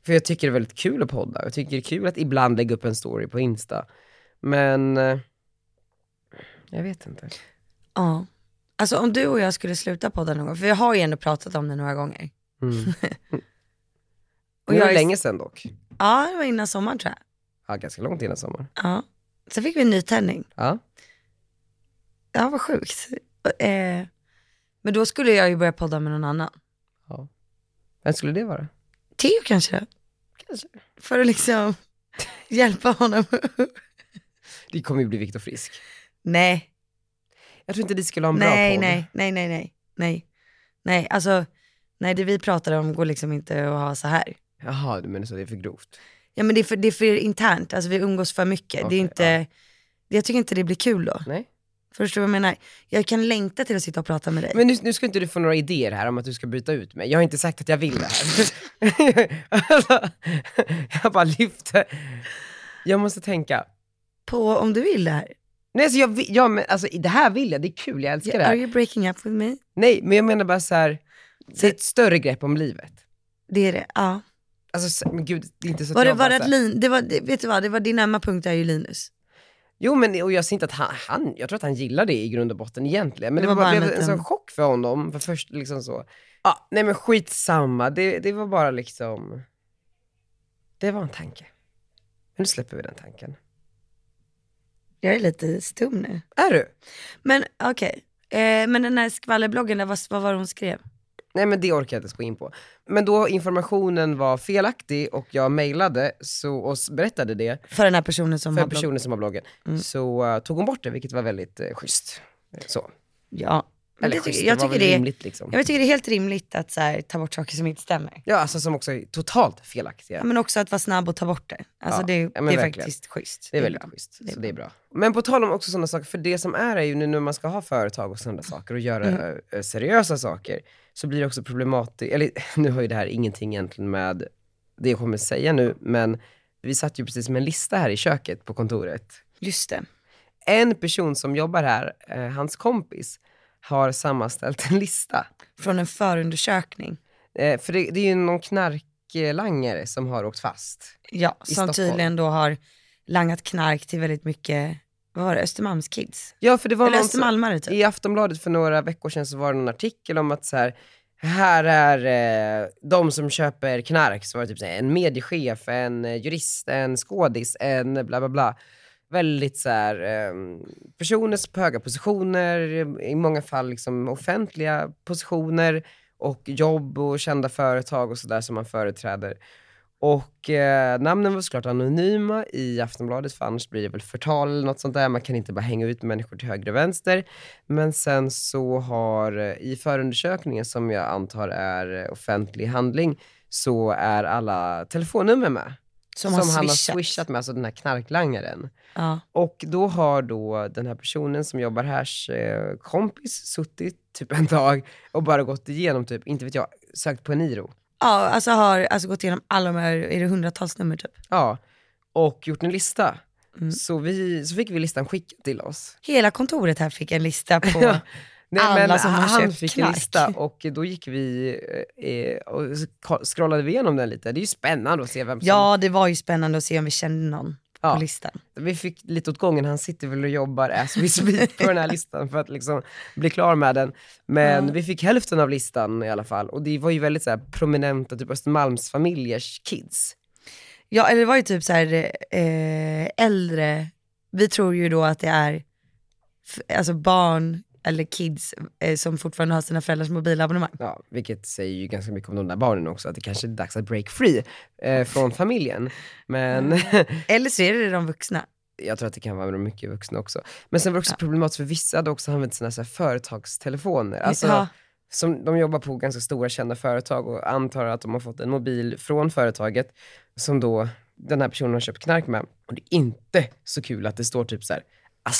Speaker 2: För jag tycker det är väldigt kul att podda. Jag tycker det är kul att ibland lägga upp en story på Insta. Men eh, jag vet inte.
Speaker 1: Ja. Alltså om du och jag skulle sluta podda någon gång, för vi har ju ändå pratat om det några gånger.
Speaker 2: Mm.
Speaker 1: Och
Speaker 2: Och det
Speaker 1: jag
Speaker 2: var
Speaker 1: är-
Speaker 2: länge sedan dock.
Speaker 1: Ja det var innan sommaren tror jag.
Speaker 2: Ja, ganska långt innan sommar.
Speaker 1: Ja. Sen fick vi en ny tändning.
Speaker 2: Ja.
Speaker 1: Ja vad sjukt. Eh, men då skulle jag ju börja podda med någon annan.
Speaker 2: Vem skulle det vara?
Speaker 1: Theo kanske?
Speaker 2: Kanske.
Speaker 1: För att liksom hjälpa honom.
Speaker 2: Det kommer ju bli Viktor Frisk.
Speaker 1: nej,
Speaker 2: Jag tror inte ni skulle ha en
Speaker 1: nej,
Speaker 2: bra podd.
Speaker 1: nej, nej, nej, nej, nej, nej, alltså, nej, det vi pratar om går liksom inte att ha så här.
Speaker 2: Jaha, du menar så det är för grovt.
Speaker 1: Ja, men det är för, det är för internt, alltså vi umgås för mycket. det
Speaker 2: Okej,
Speaker 1: är inte, jag tycker inte det blir kul då.
Speaker 2: Nej.
Speaker 1: Förstår du vad jag menar? Jag kan längta till att sitta och prata med dig.
Speaker 2: Men nu, nu ska inte du få några idéer här om att du ska byta ut mig. Jag har inte sagt att jag vill det här. alltså, jag bara lyfter. Jag måste tänka.
Speaker 1: På om du vill det här.
Speaker 2: Nej, alltså, jag, vi- ja, men, alltså, det här vill jag, det är kul, jag älskar det
Speaker 1: Are
Speaker 2: här.
Speaker 1: you breaking up with me?
Speaker 2: Nej, men jag menar bara så här, det är ett större grepp om livet.
Speaker 1: Det är det, ja.
Speaker 2: Alltså, så- men gud, det är inte så att
Speaker 1: Var det,
Speaker 2: jag bara
Speaker 1: var det
Speaker 2: så
Speaker 1: att
Speaker 2: här-
Speaker 1: Lin, det var, det, vet du vad, det var din ömma punkt är ju Linus.
Speaker 2: Jo men och jag ser inte att han, han, jag tror att han gillar det i grund och botten egentligen. Men det,
Speaker 1: Det var
Speaker 2: var bara,
Speaker 1: bara en
Speaker 2: blev en
Speaker 1: liten-
Speaker 2: sån chock för honom, för först liksom så. Ja, nej men skitsamma, det, det var bara liksom, det var en tanke. Men nu släpper vi den tanken.
Speaker 1: Jag är lite stum nu.
Speaker 2: Är du?
Speaker 1: Men okej, eh, men den här skvallerbloggen, där, vad, vad var det hon skrev?
Speaker 2: Nej men det orkar jag inte ens gå in på. Men då informationen var felaktig och jag mejlade så, och s- berättade det
Speaker 1: För den här personen som
Speaker 2: för
Speaker 1: har blogg. Mm.
Speaker 2: personen som har bloggen, så eh, tog hon bort det vilket var väldigt uh, schysst. Så.
Speaker 1: Ja. Men
Speaker 2: Eller
Speaker 1: det, tycker-
Speaker 2: schysst,
Speaker 1: jag,
Speaker 2: det var
Speaker 1: tycker
Speaker 2: väl
Speaker 1: det, är-
Speaker 2: rimligt liksom.
Speaker 1: ja, jag tycker det är helt rimligt att så här, ta bort saker som inte stämmer.
Speaker 2: Ja, alltså som också är totalt felaktiga.
Speaker 1: Ja, men också att vara snabb och ta bort det. Alltså
Speaker 2: Ja,
Speaker 1: det,
Speaker 2: ja, men
Speaker 1: det är
Speaker 2: verkligen.
Speaker 1: faktiskt schysst.
Speaker 2: Det är väldigt
Speaker 1: bra.
Speaker 2: schysst,
Speaker 1: Det är
Speaker 2: så det är bra. Men på tal om också sådana saker, för det som är är ju nu när man ska ha företag och sådana saker och göra eh, seriösa saker, så blir det också problematiskt, eller nu har ju det här ingenting egentligen med det jag kommer säga nu, men vi satt ju precis med en lista här i köket på kontoret.
Speaker 1: Just det.
Speaker 2: En person som jobbar här, eh, hans kompis, har sammanställt en lista.
Speaker 1: Från en förundersökning.
Speaker 2: Eh, för det, det är ju någon knarklangare som har åkt fast.
Speaker 1: Ja, som
Speaker 2: I Stockholm.
Speaker 1: tydligen då har langat knark till väldigt mycket, vad var det, Östermalmskids?
Speaker 2: Ja, för det var
Speaker 1: Eller
Speaker 2: någon som-
Speaker 1: Östermalmare typ.
Speaker 2: I Aftonbladet för några veckor sedan så var det någon artikel om att så här, här är eh, de som köper knark, så var det typ så här, en mediechef, en eh, jurist, en skådis, en bla bla bla. Väldigt så här, eh, personer på höga positioner, i många fall liksom offentliga positioner och jobb och kända företag och sådär som man företräder. Och eh, namnen var såklart anonyma i Aftonbladet, för annars blir det väl förtal eller något sånt där. Man kan inte bara hänga ut människor till höger och vänster. Men sen så har, eh, i förundersökningen som jag antar är eh, offentlig handling, så är alla telefonnummer med.
Speaker 1: Som, har
Speaker 2: han har
Speaker 1: swishat.
Speaker 2: swishat med, alltså den här knarklangaren.
Speaker 1: Ja.
Speaker 2: Och då har då den här personen som jobbar här, eh, kompis, suttit typ en dag och bara gått igenom, typ, inte vet jag, sökt på Eniro.
Speaker 1: ja, alltså har alltså gått igenom alla de här, är det hundratals nummer typ?
Speaker 2: Ja, och gjort en lista.
Speaker 1: Mm.
Speaker 2: Så, vi, så fick vi listan skickad till oss.
Speaker 1: Hela kontoret här fick en lista på,
Speaker 2: Ja. Nej,
Speaker 1: Alla
Speaker 2: men
Speaker 1: som har
Speaker 2: han
Speaker 1: köpt
Speaker 2: fick en
Speaker 1: knark.
Speaker 2: lista och då gick vi eh, och så ko- scrollade vi igenom den lite. Det är ju spännande att se vem som...
Speaker 1: ja det var ju spännande att se om vi kände någon
Speaker 2: Ja.
Speaker 1: på listan.
Speaker 2: Vi fick lite åt gången, han sitter väl och jobbar as we speak på den här listan för att liksom bli klar med den. Men vi fick hälften av listan i alla fall och det var ju väldigt så här prominenta, typ Östermalmsfamiljers kids.
Speaker 1: Ja, eller det var ju typ så här eh, äldre, vi tror ju då att det är f- alltså barn eller kids eh, som fortfarande har sina föräldrars mobilabonnemang.
Speaker 2: Ja, vilket säger ju ganska mycket om de där barnen också, att det kanske är dags att break free eh, från familjen. Men
Speaker 1: Eller så är det de vuxna.
Speaker 2: jag tror att det kan vara med mycket vuxna också. Men sen var det också problematiskt för vissa hade också använt sina så här, företagstelefoner. Alltså,
Speaker 1: ja.
Speaker 2: som de jobbar på ganska stora kända företag och antar att de har fått en mobil från företaget som då den här personen har köpt knark med. Och det är inte så kul att det står typ så här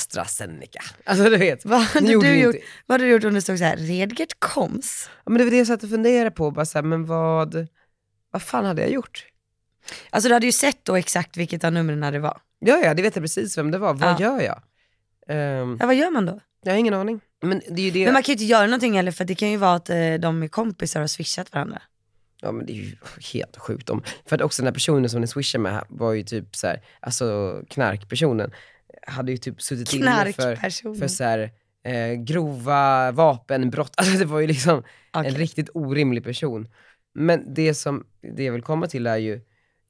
Speaker 2: AstraZeneca. Alltså du vet.
Speaker 1: Vad
Speaker 2: ni
Speaker 1: hade,
Speaker 2: gjorde
Speaker 1: du
Speaker 2: ju
Speaker 1: gjort,
Speaker 2: inte-
Speaker 1: vad hade du gjort om det stod så här, Redgert Koms?
Speaker 2: Ja, men det var det jag satt och funderade på. Bara så här, men vad, vad fan hade jag gjort?
Speaker 1: Alltså du hade ju sett då exakt vilket av numren det var.
Speaker 2: Ja, ja, det vet jag precis vem det var.
Speaker 1: Ja.
Speaker 2: Vad gör jag? Ehm,
Speaker 1: Ja vad gör man då?
Speaker 2: jag har ingen aning. Men det är ju det.
Speaker 1: Men man kan ju inte göra någonting heller för det kan ju vara att eh, de är kompisar och har swishat varandra.
Speaker 2: Ja men det är ju helt sjukt om. För att också den här personen som ni swishar med här var ju typ så här, alltså knarkpersonen, hade ju typ suttit inne för,
Speaker 1: Knarkpersoner.
Speaker 2: för så här, eh, grova vapenbrott. Alltså det var ju liksom en
Speaker 1: Okej.
Speaker 2: riktigt orimlig person. Men det som det jag vill komma till är ju,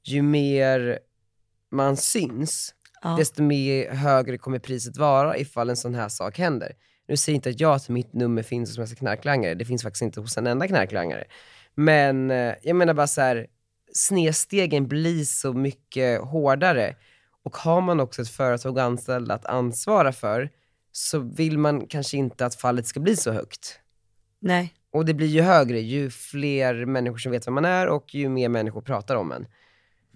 Speaker 2: ju mer man syns,
Speaker 1: Ja.
Speaker 2: desto mer högre kommer priset vara ifall en sån här sak händer. Nu säger inte att jag att mitt nummer finns hos en massa knarklangare. Det finns faktiskt inte hos en enda knarklangare. Men eh, jag menar bara så här, snedstegen blir så mycket hårdare. Och har man också ett företag och anställda att ansvara för, så vill man kanske inte att fallet ska bli så högt.
Speaker 1: Nej.
Speaker 2: Och det blir ju högre ju fler människor som vet vem man är och ju mer människor pratar om en.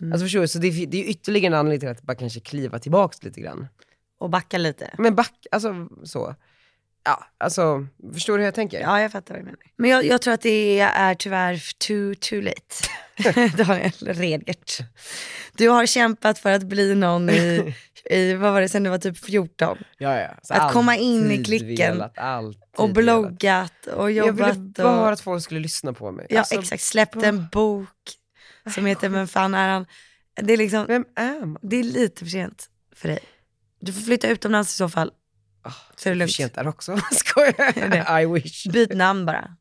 Speaker 1: Mm.
Speaker 2: Alltså förstår du? Så det, är- det är ytterligare en anledning till att bara kanske kliva tillbaks lite grann.
Speaker 1: Och backa lite.
Speaker 2: Men back, alltså så. Ja, alltså förstår du hur jag tänker?
Speaker 1: Ja jag fattar vad du menar. Men jag, jag tror att det är tyvärr too, too late. Daniel Redgert. Du har kämpat för att bli någon i, i vad var det, sen du var typ 14.
Speaker 2: ja, ja. Så
Speaker 1: Att komma in i
Speaker 2: alltid
Speaker 1: klicken
Speaker 2: velat, alltid
Speaker 1: Och
Speaker 2: velat.
Speaker 1: bloggat och
Speaker 2: Jag
Speaker 1: jobbat.
Speaker 2: ville bara
Speaker 1: och...
Speaker 2: att folk skulle lyssna på mig.
Speaker 1: Ja
Speaker 2: Alltså,
Speaker 1: exakt, släppte en bok som heter Vem fan är han? Det är liksom,
Speaker 2: Vem är man?
Speaker 1: det är lite för sent för dig. Du får flytta utomlands i så fall. Så är det
Speaker 2: För
Speaker 1: lugnt.
Speaker 2: sent där också.
Speaker 1: Är det?
Speaker 2: Skojar. I wish.
Speaker 1: Byt namn bara.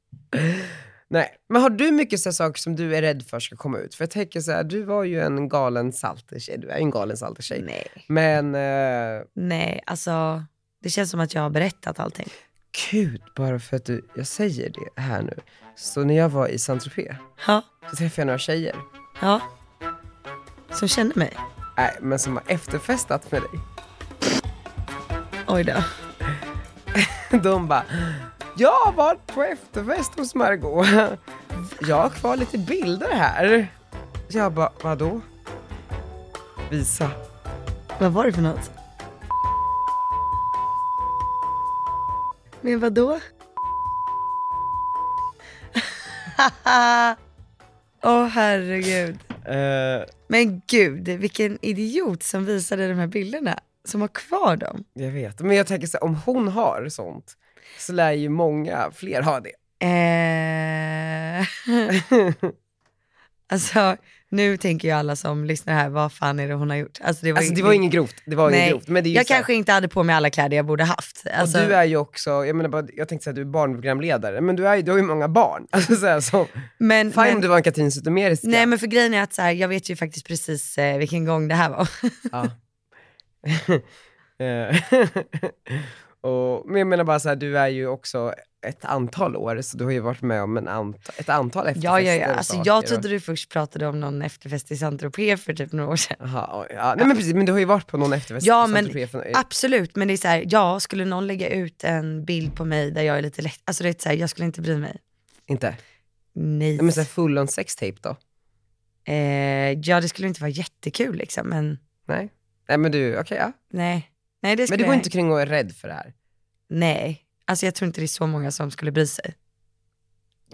Speaker 2: Nej. Men har du mycket så här saker som du är rädd för ska komma ut? För jag tänker så här, du var ju en galen saltertjej. Du är ju en galen saltertjej.
Speaker 1: Nej.
Speaker 2: Men eh,
Speaker 1: Nej, alltså det känns som att jag har berättat allting.
Speaker 2: gud, bara för att du, jag säger det här nu. Så när jag var i Saint-Tropez
Speaker 1: Ja,
Speaker 2: så träffade jag några tjejer.
Speaker 1: ja. Som känner mig.
Speaker 2: Nej, Äh, men som har efterfestat med dig.
Speaker 1: Oj då.
Speaker 2: De bara, jag har varit på efterfest hos Margot. Jag har kvar lite bilder här. Jag bara, vadå? Visa.
Speaker 1: Vad var det för något? Men vadå? Åh herregud.
Speaker 2: Eh,
Speaker 1: Men gud, vilken idiot som visade de här bilderna. Som har kvar dem.
Speaker 2: jag vet, men jag tänker så här, om hon har sånt så lär ju många fler ha det.
Speaker 1: Eh... alltså, nu tänker ju alla som lyssnar här, vad fan är det hon har gjort? Alltså det var,
Speaker 2: Alltså
Speaker 1: ju-
Speaker 2: det var inget grovt, det var inget
Speaker 1: Nej,
Speaker 2: grovt. Men det är ju
Speaker 1: Jag
Speaker 2: så här-
Speaker 1: kanske inte hade på mig alla kläder jag borde haft. Alltså,
Speaker 2: Och du är ju också, jag menar bara, jag tänkte säga att du är barnprogramledare, men du, är, ju- du har ju många barn. Alltså så här, så,
Speaker 1: men,
Speaker 2: fine
Speaker 1: men,
Speaker 2: om du var en Katrin Zytomierska.
Speaker 1: Nej men för grejen är att så här, jag vet ju faktiskt precis eh, vilken gång det här var.
Speaker 2: Ja. Eh, och, men jag menar bara så här, du är ju också ett antal år, så du har ju varit med om en ant- ett antal efterfester.
Speaker 1: ja, ja, ja.
Speaker 2: och
Speaker 1: Alltså,
Speaker 2: saker
Speaker 1: jag
Speaker 2: och-
Speaker 1: trodde du först pratade om någon efterfest i Saint-Tropez för typ några år sedan.
Speaker 2: Jaha, oj, ja. Nej men precis, men du har ju varit på någon efterfest.
Speaker 1: Ja,
Speaker 2: på
Speaker 1: men
Speaker 2: Saint-Tropez för-
Speaker 1: Absolut, men det är så här, ja skulle någon lägga ut en bild på mig där jag är lite lätt, alltså det är så här, jag skulle inte bry mig.
Speaker 2: Inte?
Speaker 1: Nej.
Speaker 2: Nej men såhär full on sextape då?
Speaker 1: Eh, ja det skulle inte vara jättekul liksom, men
Speaker 2: Nej? Nej men du, okej ja.
Speaker 1: nej. Nej det
Speaker 2: Men
Speaker 1: skulle
Speaker 2: du går
Speaker 1: jag-
Speaker 2: inte kring och är rädd för det här?
Speaker 1: Nej, alltså jag tror inte det är så många som skulle bry sig.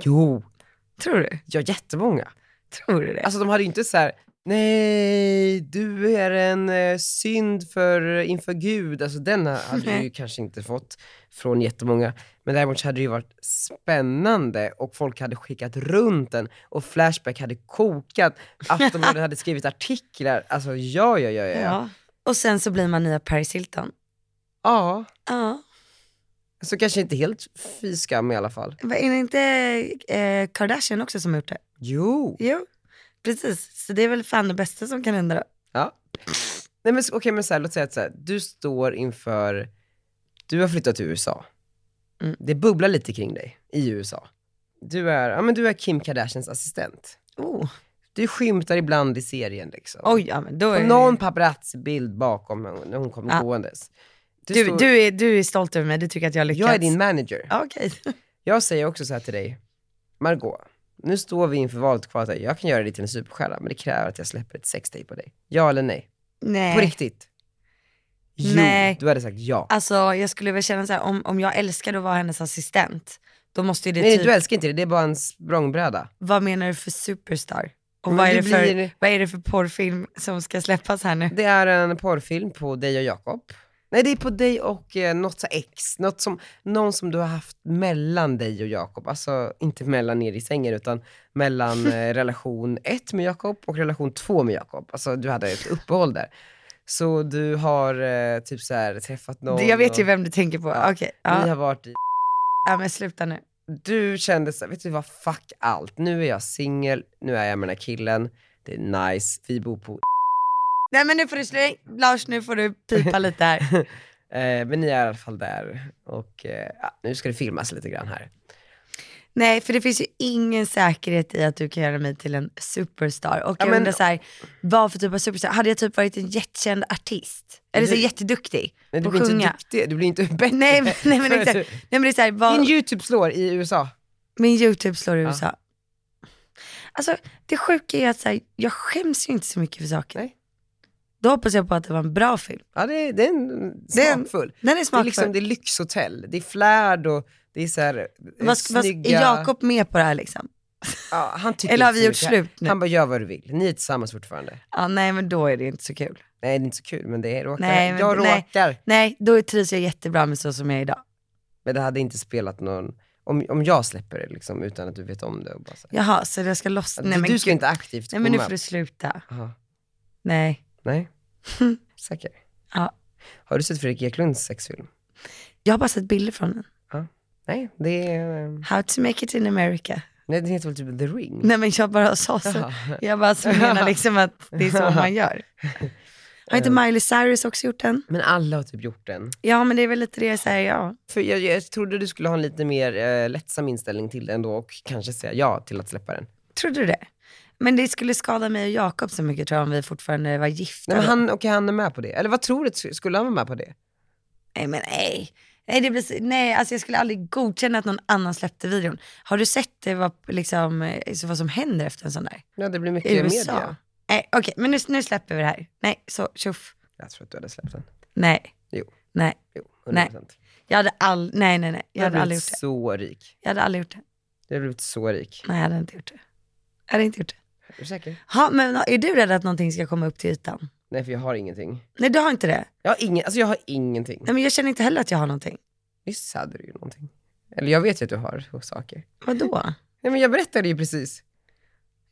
Speaker 2: Jo,
Speaker 1: Tror du?
Speaker 2: jag jättemånga.
Speaker 1: Tror du det?
Speaker 2: Alltså de hade ju inte så här. nej du är en eh, synd för, inför Gud. Alltså den hade du ju
Speaker 1: Nej.
Speaker 2: kanske inte fått från jättemånga. Men däremot så hade det ju varit spännande och folk hade skickat runt den och Flashback hade kokat. Aftonbladet hade skrivit artiklar. Alltså ja, ja, ja, ja. Ja.
Speaker 1: ja. Och sen så blir man nya Paris Hilton.
Speaker 2: ja.
Speaker 1: Ja,
Speaker 2: Så kanske inte helt fy skam i alla fall.
Speaker 1: Vad är det inte eh, Kardashian också som har gjort det?
Speaker 2: Jo.
Speaker 1: Jo, precis. Så det är väl fan det bästa som kan hända då.
Speaker 2: Ja. Nej men så- okej, men så här, låt säga att så här, du står inför, du har flyttat till USA.
Speaker 1: Mm.
Speaker 2: Det bubblar lite kring dig i USA. Du är, ja, men du är Kim Kardashians assistent.
Speaker 1: Oh.
Speaker 2: Du skymtar ibland i serien liksom.
Speaker 1: Oj, ja men då är
Speaker 2: Och någon paparazzi-bild bakom henne när hon kommer
Speaker 1: Ja.
Speaker 2: gåendes.
Speaker 1: du,
Speaker 2: står-
Speaker 1: du, är, du är stolt över mig, du tycker att jag har lyckats.
Speaker 2: jag är din manager.
Speaker 1: Ja, Okej.
Speaker 2: Jag säger också så här till dig, Margot, nu står vi inför valet kvar att jag kan göra dig till en superstjärna, men det kräver att jag släpper ett sextape på dig. Ja eller nej?
Speaker 1: Nej.
Speaker 2: På riktigt? Jo,
Speaker 1: Nej.
Speaker 2: du hade sagt ja.
Speaker 1: Alltså jag skulle väl känna så här, om, om jag älskade att vara hennes assistent, då måste ju det
Speaker 2: Nej,
Speaker 1: typ,
Speaker 2: du älskar inte det, det är bara en språngbräda.
Speaker 1: vad menar du för superstar? Och
Speaker 2: Men
Speaker 1: vad är,
Speaker 2: det
Speaker 1: det för,
Speaker 2: blir-
Speaker 1: vad är det för porrfilm som ska släppas här nu?
Speaker 2: Det är en porrfilm på dig och Jakob. Nej, det är på dig och eh, något så ex. Något som, någon som du har haft mellan dig och Jakob. Alltså inte mellan er i sängen, utan mellan eh, relation ett med Jakob och relation två med Jakob. Alltså du hade ett uppehåll där. Så du har eh, typ så här träffat någon.
Speaker 1: Du, jag vet ju
Speaker 2: och
Speaker 1: vem du tänker på. Okej,
Speaker 2: Ni
Speaker 1: ja.
Speaker 2: har varit i
Speaker 1: ja men sluta nu.
Speaker 2: du kände så här, vet du vad, fuck allt. Nu är jag singel, nu är jag med den här killen, det är nice, vi bor på
Speaker 1: Nej men nu får du sluta, Lars nu får du pipa lite här.
Speaker 2: eh, Men ni är i alla fall där och eh, ja, nu ska det filmas lite grann här.
Speaker 1: Nej, för det finns ju ingen säkerhet i att du kan göra mig till en superstar. Och
Speaker 2: Ja,
Speaker 1: jag
Speaker 2: men-
Speaker 1: undrar så här, vad för typ av superstar? Hade jag typ varit en jättekänd artist? Eller så
Speaker 2: Du-
Speaker 1: jätteduktig
Speaker 2: Men
Speaker 1: på
Speaker 2: du
Speaker 1: att
Speaker 2: blir inte
Speaker 1: sjunga?
Speaker 2: duktig, du blir inte bättre.
Speaker 1: Nej, men- nej, men
Speaker 2: för att
Speaker 1: exakt.
Speaker 2: du-
Speaker 1: Nej men det är så här, vad,
Speaker 2: Din YouTube slår i USA.
Speaker 1: min YouTube slår i
Speaker 2: Ja.
Speaker 1: USA. Alltså det sjuka är att så här, jag skäms ju inte så mycket för saker.
Speaker 2: Nej.
Speaker 1: Då hoppas jag på att det var en bra film.
Speaker 2: Ja, det, är- det är en
Speaker 1: Det är en
Speaker 2: smakfull.
Speaker 1: Den är
Speaker 2: Det är,
Speaker 1: smakfull.
Speaker 2: liksom, det är lyxhotell, det är flärd och det är så här, eh,
Speaker 1: vad, vad, är
Speaker 2: snygga...
Speaker 1: Jakob med på det här liksom?
Speaker 2: Ja, han tycker
Speaker 1: Eller har
Speaker 2: inte
Speaker 1: vi
Speaker 2: så
Speaker 1: gjort
Speaker 2: mycket.
Speaker 1: slut nu?
Speaker 2: Han bara, gör vad du vill, ni är tillsammans fortfarande.
Speaker 1: Ja, nej men då är det inte så kul.
Speaker 2: Nej, det är inte så kul, men det är, råkar,
Speaker 1: Nej, men-
Speaker 2: jag
Speaker 1: nej.
Speaker 2: råkar.
Speaker 1: Nej, då trivs jag jättebra med så som jag är idag.
Speaker 2: Men det hade inte spelat någon, om, om jag släpper det liksom utan att du vet om det och bara så här.
Speaker 1: Jaha, så jag ska lossna? Nej,
Speaker 2: du,
Speaker 1: men
Speaker 2: du ska
Speaker 1: gud.
Speaker 2: inte aktivt
Speaker 1: Nej men nu
Speaker 2: komma.
Speaker 1: får du sluta.
Speaker 2: Aha.
Speaker 1: Nej.
Speaker 2: Nej. Säker?
Speaker 1: Ja.
Speaker 2: Har du sett Fredrik Eklunds sexfilm?
Speaker 1: Jag har bara sett bilder från den.
Speaker 2: Nej, det är... eh,
Speaker 1: How to make it in America.
Speaker 2: Nej, det heter väl typ The Ring?
Speaker 1: Nej men jag bara sa så.
Speaker 2: Jaha.
Speaker 1: Jag bara så menar liksom att det är så man gör. Har inte Miley Cyrus också gjort den?
Speaker 2: Men alla har typ gjort den.
Speaker 1: Ja men det är väl lite det så här, ja.
Speaker 2: För jag, jag trodde du skulle ha en lite mer eh, lättsam inställning till den då och kanske säga ja till att släppa den.
Speaker 1: Tror du det? Men det skulle skada mig och Jakob så mycket tror jag om vi fortfarande var gifta.
Speaker 2: Nej, men
Speaker 1: då.
Speaker 2: han, och han är med på det. Eller vad tror du? Skulle han vara med på det?
Speaker 1: Nej men nej. Nej, det blir, så- nej alltså jag skulle aldrig godkänna att någon annan släppte videon. Har du sett det, vad, liksom, eh, så vad som händer efter en sån där?
Speaker 2: Ja, det blir mycket
Speaker 1: I USA?
Speaker 2: media.
Speaker 1: Nej okej, men nu, nu släpper vi det här. Nej, så tjoff.
Speaker 2: Jag tror att du hade släppt den.
Speaker 1: Nej.
Speaker 2: Jo.
Speaker 1: Nej,
Speaker 2: Jo, 100%.
Speaker 1: Nej, jag hade all, nej nej nej.
Speaker 2: Du
Speaker 1: Jag hade
Speaker 2: blivit
Speaker 1: aldrig gjort det.
Speaker 2: så rik.
Speaker 1: Jag hade aldrig gjort det.
Speaker 2: Du har blivit så rik.
Speaker 1: Nej jag hade inte gjort det. Jag hade inte gjort det.
Speaker 2: Är du säker?
Speaker 1: Ha, men är du rädd att någonting ska komma upp till ytan?
Speaker 2: Nej, för jag har ingenting.
Speaker 1: Nej du har inte det.
Speaker 2: Jag har, ingen, alltså jag har ingenting.
Speaker 1: Nej men jag känner inte heller att jag har någonting.
Speaker 2: Nyss hade du ju någonting. Eller jag vet ju att du har saker.
Speaker 1: Vadå?
Speaker 2: Nej, men jag berättade ju precis.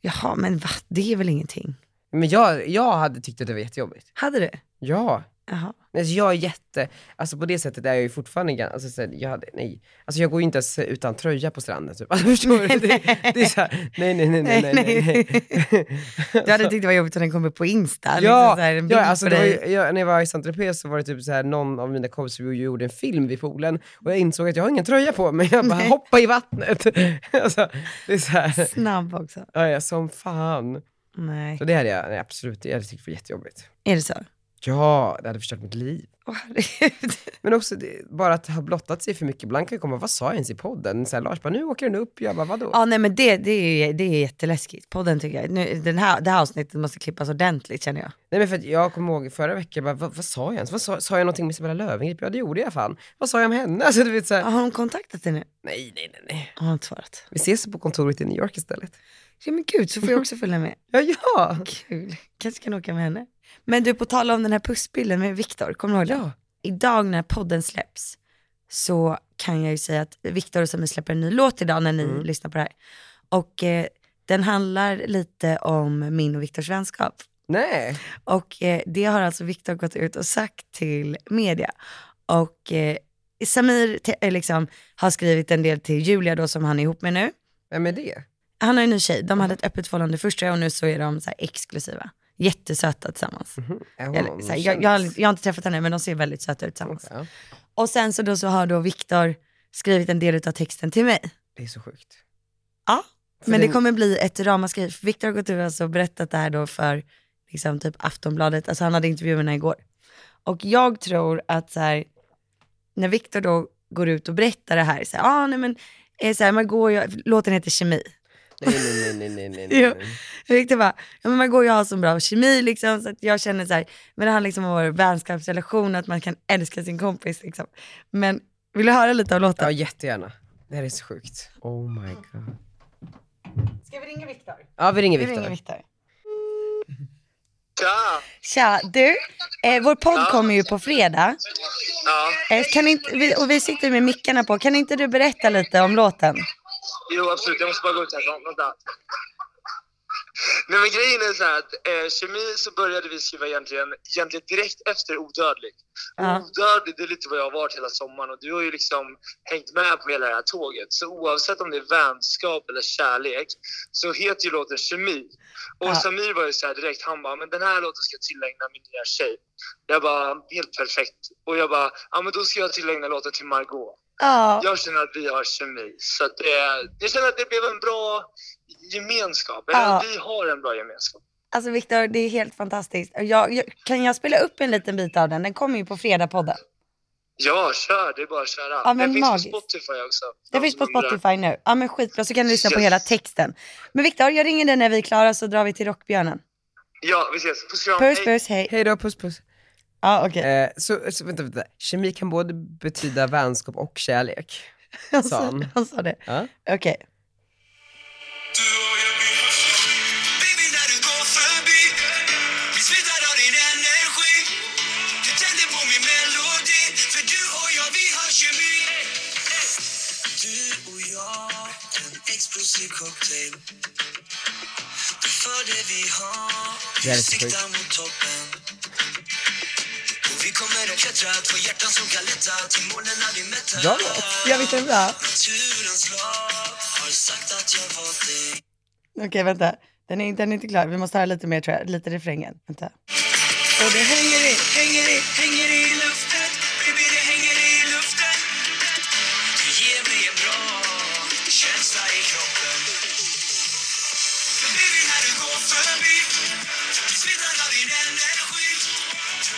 Speaker 1: Jaha men va? Det är väl ingenting?
Speaker 2: Men jag, jag hade tyckt att det var jättejobbigt.
Speaker 1: Hade du?
Speaker 2: Ja.
Speaker 1: Jaha.
Speaker 2: Nej, Alltså jag är jätte, alltså på det sättet är jag ju fortfarande ganska, alltså så här, jag hade, nej. Alltså jag går ju inte ens utan tröja på stranden typ. Alltså förstår du? Det, det är såhär, nej nej nej nej nej nej. nej.
Speaker 1: Du hade tyckt det var jobbigt om den kom upp på Insta. liksom
Speaker 2: Ja,
Speaker 1: så här, en bild
Speaker 2: ja alltså
Speaker 1: på
Speaker 2: det var
Speaker 1: dig.
Speaker 2: ju, jag, när jag var i Saint Tropez så var det typ så här någon av mina kompisar vi gjorde en film vid poolen och jag insåg att jag har ingen tröja på mig, jag bara
Speaker 1: Nej.
Speaker 2: hoppa i vattnet. Alltså, det är så här,
Speaker 1: Snabb också.
Speaker 2: ja, ja, som fan.
Speaker 1: Nej.
Speaker 2: Så det hade jag, nej, absolut, det hade jag tyckt var jättejobbigt.
Speaker 1: Är det så?
Speaker 2: Ja, det hade förstört mitt liv.
Speaker 1: Åh herregud.
Speaker 2: Men också det, bara att ha blottat sig för mycket. Ibland kan jag komma, vad sa jag ens i podden? Så här, Lars bara, nu åker den upp. Jag bara, vadå?
Speaker 1: Ja nej men det, det, är, ju- det är jätteläskigt. Podden tycker jag. Nu, den här, det här avsnittet måste klippas ordentligt känner jag.
Speaker 2: Nej men för att jag kommer ihåg förra veckan, bara, vad, vad sa jag ens? Vad sa, sa jag någonting med Isabella Löwengrip? Ja det gjorde jag fan. Vad sa jag om henne? Alltså du vet så här,
Speaker 1: Har hon kontaktat dig nu?
Speaker 2: nej nej nej nej.
Speaker 1: Har hon inte svarat?
Speaker 2: Vi ses på kontoret i New York istället.
Speaker 1: Ja men gud så får jag också följa med.
Speaker 2: Ja ja!
Speaker 1: Kul, kanske kan åka med henne. Men du, på tal om den här pussbilden med Viktor, kommer du ihåg den?
Speaker 2: Ja.
Speaker 1: Idag när podden släpps så kan jag ju säga att Viktor och Samir släpper en ny låt idag när ni
Speaker 2: Mm.
Speaker 1: lyssnar på det här. Och eh, den handlar lite om min och Viktors vänskap.
Speaker 2: Nej.
Speaker 1: Och eh, det har alltså Viktor gått ut och sagt till media. Och eh, Samir te- eh, liksom, har skrivit en del till Julia då som han är ihop med nu.
Speaker 2: Vem är det?
Speaker 1: Han har ju en ny tjej, de hade ett öppet förhållande första och nu så är de så här exklusiva. Jättesöta tillsammans.
Speaker 2: Mhm. Är hon
Speaker 1: Eller,
Speaker 2: någon
Speaker 1: så här, jag,
Speaker 2: kändis?
Speaker 1: jag, har, jag har inte träffat henne men de ser väldigt söta ut tillsammans.
Speaker 2: Okej, ja.
Speaker 1: Och sen så, då så har då Viktor skrivit en del av texten till mig.
Speaker 2: Det är så sjukt.
Speaker 1: Ja,
Speaker 2: För
Speaker 1: men det
Speaker 2: den-
Speaker 1: kommer bli ett ramaskri. För Viktor har gått ut alltså och berättat det här då för liksom, typ Aftonbladet, alltså han hade intervjuerna igår. Och jag tror att så här, när Viktor då går ut och berättar det här, så här, ah, nej, men, eh, så här man går ju, låten heter Kemi.
Speaker 2: Nej nej nej nej nej nej.
Speaker 1: Jo.
Speaker 2: nej.
Speaker 1: Jag tyckte bara, ja, men man går ju och har så bra kemi liksom, så att jag känner så här, men det handlar liksom om vår vänskapsrelation, att man kan älska sin kompis liksom. Men vill du höra lite av låten?
Speaker 2: Ja jättegärna. Det här är så sjukt. Oh my god.
Speaker 1: Ska vi ringa Viktor?
Speaker 2: Ja vi ringer
Speaker 1: Vi ringer
Speaker 2: Viktor.
Speaker 1: Viktor.
Speaker 4: Ja,
Speaker 1: Tja, du, eh, vår podd kommer ju på fredag.
Speaker 4: ja.
Speaker 1: Eh, kan inte, vi, och vi sitter med mickarna på, kan inte du berätta lite om låten?
Speaker 4: Jo absolut, jag måste bara gå ut härifrån. Vänta. Nej men grejen är så här att eh, kemi så började vi skriva egentligen, egentligen direkt efter Odödlig.
Speaker 1: Ja.
Speaker 4: Odödlig det är lite vad jag har varit hela sommaren och du har ju liksom hängt med på hela det här tåget. Så oavsett om det är vänskap eller kärlek så heter ju låten Kemi. Och
Speaker 1: Ja.
Speaker 4: Samir var ju så här direkt, han bara, men den här låten ska jag tillägna min nya tjej. Jag bara, helt perfekt. Och jag bara, ja men då ska jag tillägna låten till Margot.
Speaker 1: Ja,
Speaker 4: Jag känner att vi har kemi. Så att det, jag känner att det blev en bra gemenskap. Eller
Speaker 1: Ja.
Speaker 4: vi har en bra gemenskap.
Speaker 1: alltså Viktor, det är helt fantastiskt. Och Jag, jag, kan jag spela upp en liten bit av den? Den kommer ju på fredagpodden.
Speaker 4: Ja, kör. Det är bara att köra.
Speaker 1: Ja, men
Speaker 4: Den finns
Speaker 1: magiskt.
Speaker 4: på Spotify också.
Speaker 1: Det
Speaker 4: De
Speaker 1: finns
Speaker 4: som
Speaker 1: på
Speaker 4: undrar.
Speaker 1: Spotify nu. Ja men skitbra, så kan du lyssna på
Speaker 4: Yes.
Speaker 1: hela texten. Men Viktor, jag ringer dig när vi är klara så drar vi till Rockbjörnen.
Speaker 4: Ja, vi ses. Puss kram.
Speaker 1: Puss
Speaker 4: Hej.
Speaker 1: puss, hej.
Speaker 2: Hej då, puss puss.
Speaker 1: Ja okej.
Speaker 2: Eh, så, så vänta, vänta. Kemi kan både betyda vänskap och kärlek.
Speaker 1: Han,
Speaker 2: sa
Speaker 1: sa-
Speaker 2: han.
Speaker 1: han sa det.
Speaker 2: Ja.
Speaker 1: Okej.
Speaker 5: Du och jag blir kemi Baby när du går förbi Vi smittar av din energi Du tänder på min melodi För du och jag vi har kemi Du och jag, en explosiv cocktail Du för det vi har
Speaker 2: Det här är
Speaker 5: Vi
Speaker 2: så sjukt.
Speaker 5: siktar mot toppen Och vi kommer att klättra Två hjärtan som kan lätta till molnen när vi mättar
Speaker 2: Bra
Speaker 1: Ja visst är den bra?
Speaker 5: Naturens lag har sagt att jag valt dig
Speaker 1: Okej vänta, den är, den är inte klar. Vi måste höra lite mer tror jag, lite refrängen. Vänta. Och det hänger i, hänger i.
Speaker 5: hänger i luften, baby det hänger i luften Du ger mig en bra känsla i kroppen Baby när du går förbi, du smittar av din energi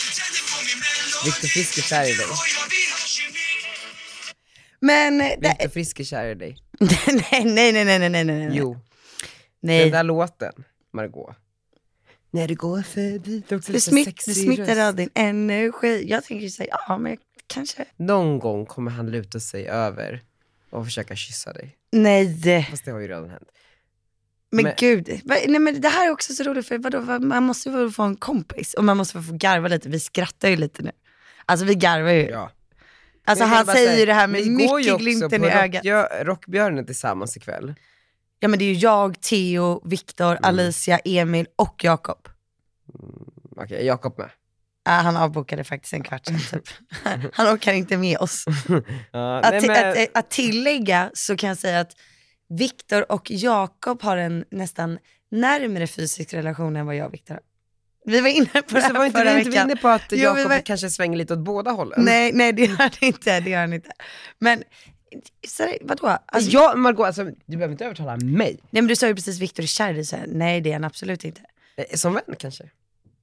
Speaker 5: Du tänder på min melodi
Speaker 2: Viktor Frisk är kär i dig.
Speaker 5: och jag vi har kemi
Speaker 1: Men, eh, det,
Speaker 2: Viktor Frisk är kär i dig.
Speaker 1: nej, nej, nej, nej, nej, nej, nej.
Speaker 2: Jo,
Speaker 1: nej.
Speaker 2: den där låten, Margot. När du går förbi, det är också
Speaker 1: Du,
Speaker 2: lite
Speaker 1: smitt,
Speaker 2: sexig
Speaker 1: du smittar
Speaker 2: röst.
Speaker 1: av din energi. Jag tänker säga, ja men jag kanske.
Speaker 2: Någon gång kommer han luta sig över och försöka kyssa dig.
Speaker 1: Nej,
Speaker 2: Fast det har ju redan hänt.
Speaker 1: men,
Speaker 2: Men-
Speaker 1: gud. Va- Nej, men det här är också så roligt för vadå, va- man måste väl få en kompis och man måste väl få garva lite. Vi skrattar ju lite nu. Alltså vi garvar ju.
Speaker 2: Ja.
Speaker 1: alltså
Speaker 2: Men jag
Speaker 1: han
Speaker 2: kan bara
Speaker 1: säger ju
Speaker 2: säga,
Speaker 1: det här med
Speaker 2: ni går ju
Speaker 1: mycket
Speaker 2: också
Speaker 1: glimten
Speaker 2: på
Speaker 1: i ögat.
Speaker 2: Rockbjör- Rockbjörnen tillsammans ikväll.
Speaker 1: Ja men det är ju jag, Theo, Viktor,
Speaker 2: Mm.
Speaker 1: Alicia, Emil och Jakob.
Speaker 2: Okej, Jakob med.
Speaker 1: Äh, han avbokade faktiskt en kvart sen typ. han orkar inte med oss.
Speaker 2: Ja,
Speaker 1: Att,
Speaker 2: nej,
Speaker 1: ti-
Speaker 2: men-
Speaker 1: att, eh, att tillägga så kan jag säga att Viktor och Jakob har en nästan närmre fysisk relation än vad jag och Viktor har. Vi var inne på det
Speaker 2: Men så
Speaker 1: här
Speaker 2: var inte
Speaker 1: förra
Speaker 2: vi inte vi
Speaker 1: veckan.
Speaker 2: inne på att
Speaker 1: Jo, vi
Speaker 2: Jakob
Speaker 1: var-
Speaker 2: kanske svänger lite åt båda hållen?
Speaker 1: Nej, nej det gör han inte. Det gör han inte. Men så, här, vadå? Alltså,
Speaker 2: Alltså, jag, Margot, alltså, du behöver inte övertala mig.
Speaker 1: nej, men du sa ju precis Viktor är kär i dig, så här, Nej det är han absolut inte.
Speaker 2: Eh, Som vän kanske?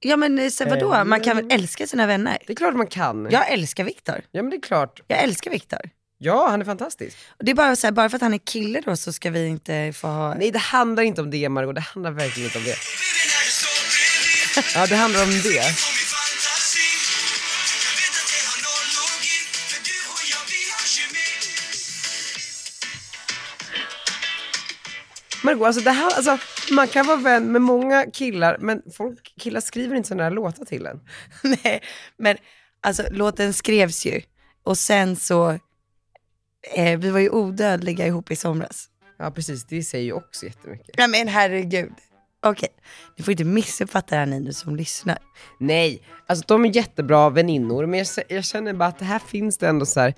Speaker 1: Ja men eh, så, här, vadå?
Speaker 2: Eh,
Speaker 1: Man kan väl
Speaker 2: men-
Speaker 1: älska sina vänner?
Speaker 2: Det är klart man kan.
Speaker 1: Jag älskar Viktor.
Speaker 2: Ja, men det är klart.
Speaker 1: Jag älskar Viktor.
Speaker 2: Ja, han är fantastisk.
Speaker 1: Och Det är bara så här, bara för att han är kille då så ska vi inte få ha...
Speaker 2: Nej, det handlar inte om det Margot, det handlar verkligen inte om det.
Speaker 5: Baby när du står bredvid,
Speaker 2: Ja, det handlar om det.
Speaker 5: får min fantasi Jag vet att det har noll logik, för du och jag vi har kemi
Speaker 2: Margot, alltså, det här, alltså, man kan vara vän med många killar, men folk, killar skriver inte sådana här låtar till en.
Speaker 1: Nej, men alltså låten skrevs ju och sen så, eh, vi var ju odödliga ihop i somras.
Speaker 2: Ja, precis. Det säger ju också jättemycket.
Speaker 1: Nej men herregud. Okej, ni får inte missuppfatta det här ni nu som lyssnar.
Speaker 2: Nej, alltså de är jättebra väninnor, men jag, s- jag känner bara att det här finns det ändå så här.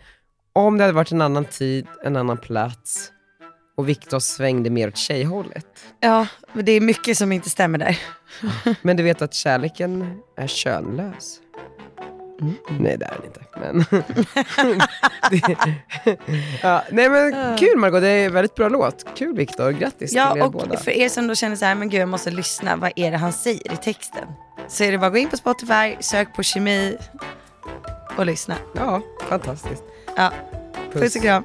Speaker 2: om det hade varit en annan tid, en annan plats och Viktor svängde mer åt tjejhållet.
Speaker 1: Ja, men det är mycket som inte stämmer där.
Speaker 2: Men du vet att kärleken är könlös?
Speaker 1: Mm.
Speaker 2: Nej, det är den inte. Men... det... ja, nej men kul Margot, det är en väldigt bra låt. Kul Viktor, grattis till er
Speaker 1: Ja,
Speaker 2: båda.
Speaker 1: och för er som då känner så här, men gud jag måste lyssna, vad är det han säger i texten? Så är det bara att gå in på Spotify, sök på kemi och lyssna.
Speaker 2: Ja, fantastiskt.
Speaker 1: Ja, puss och kram.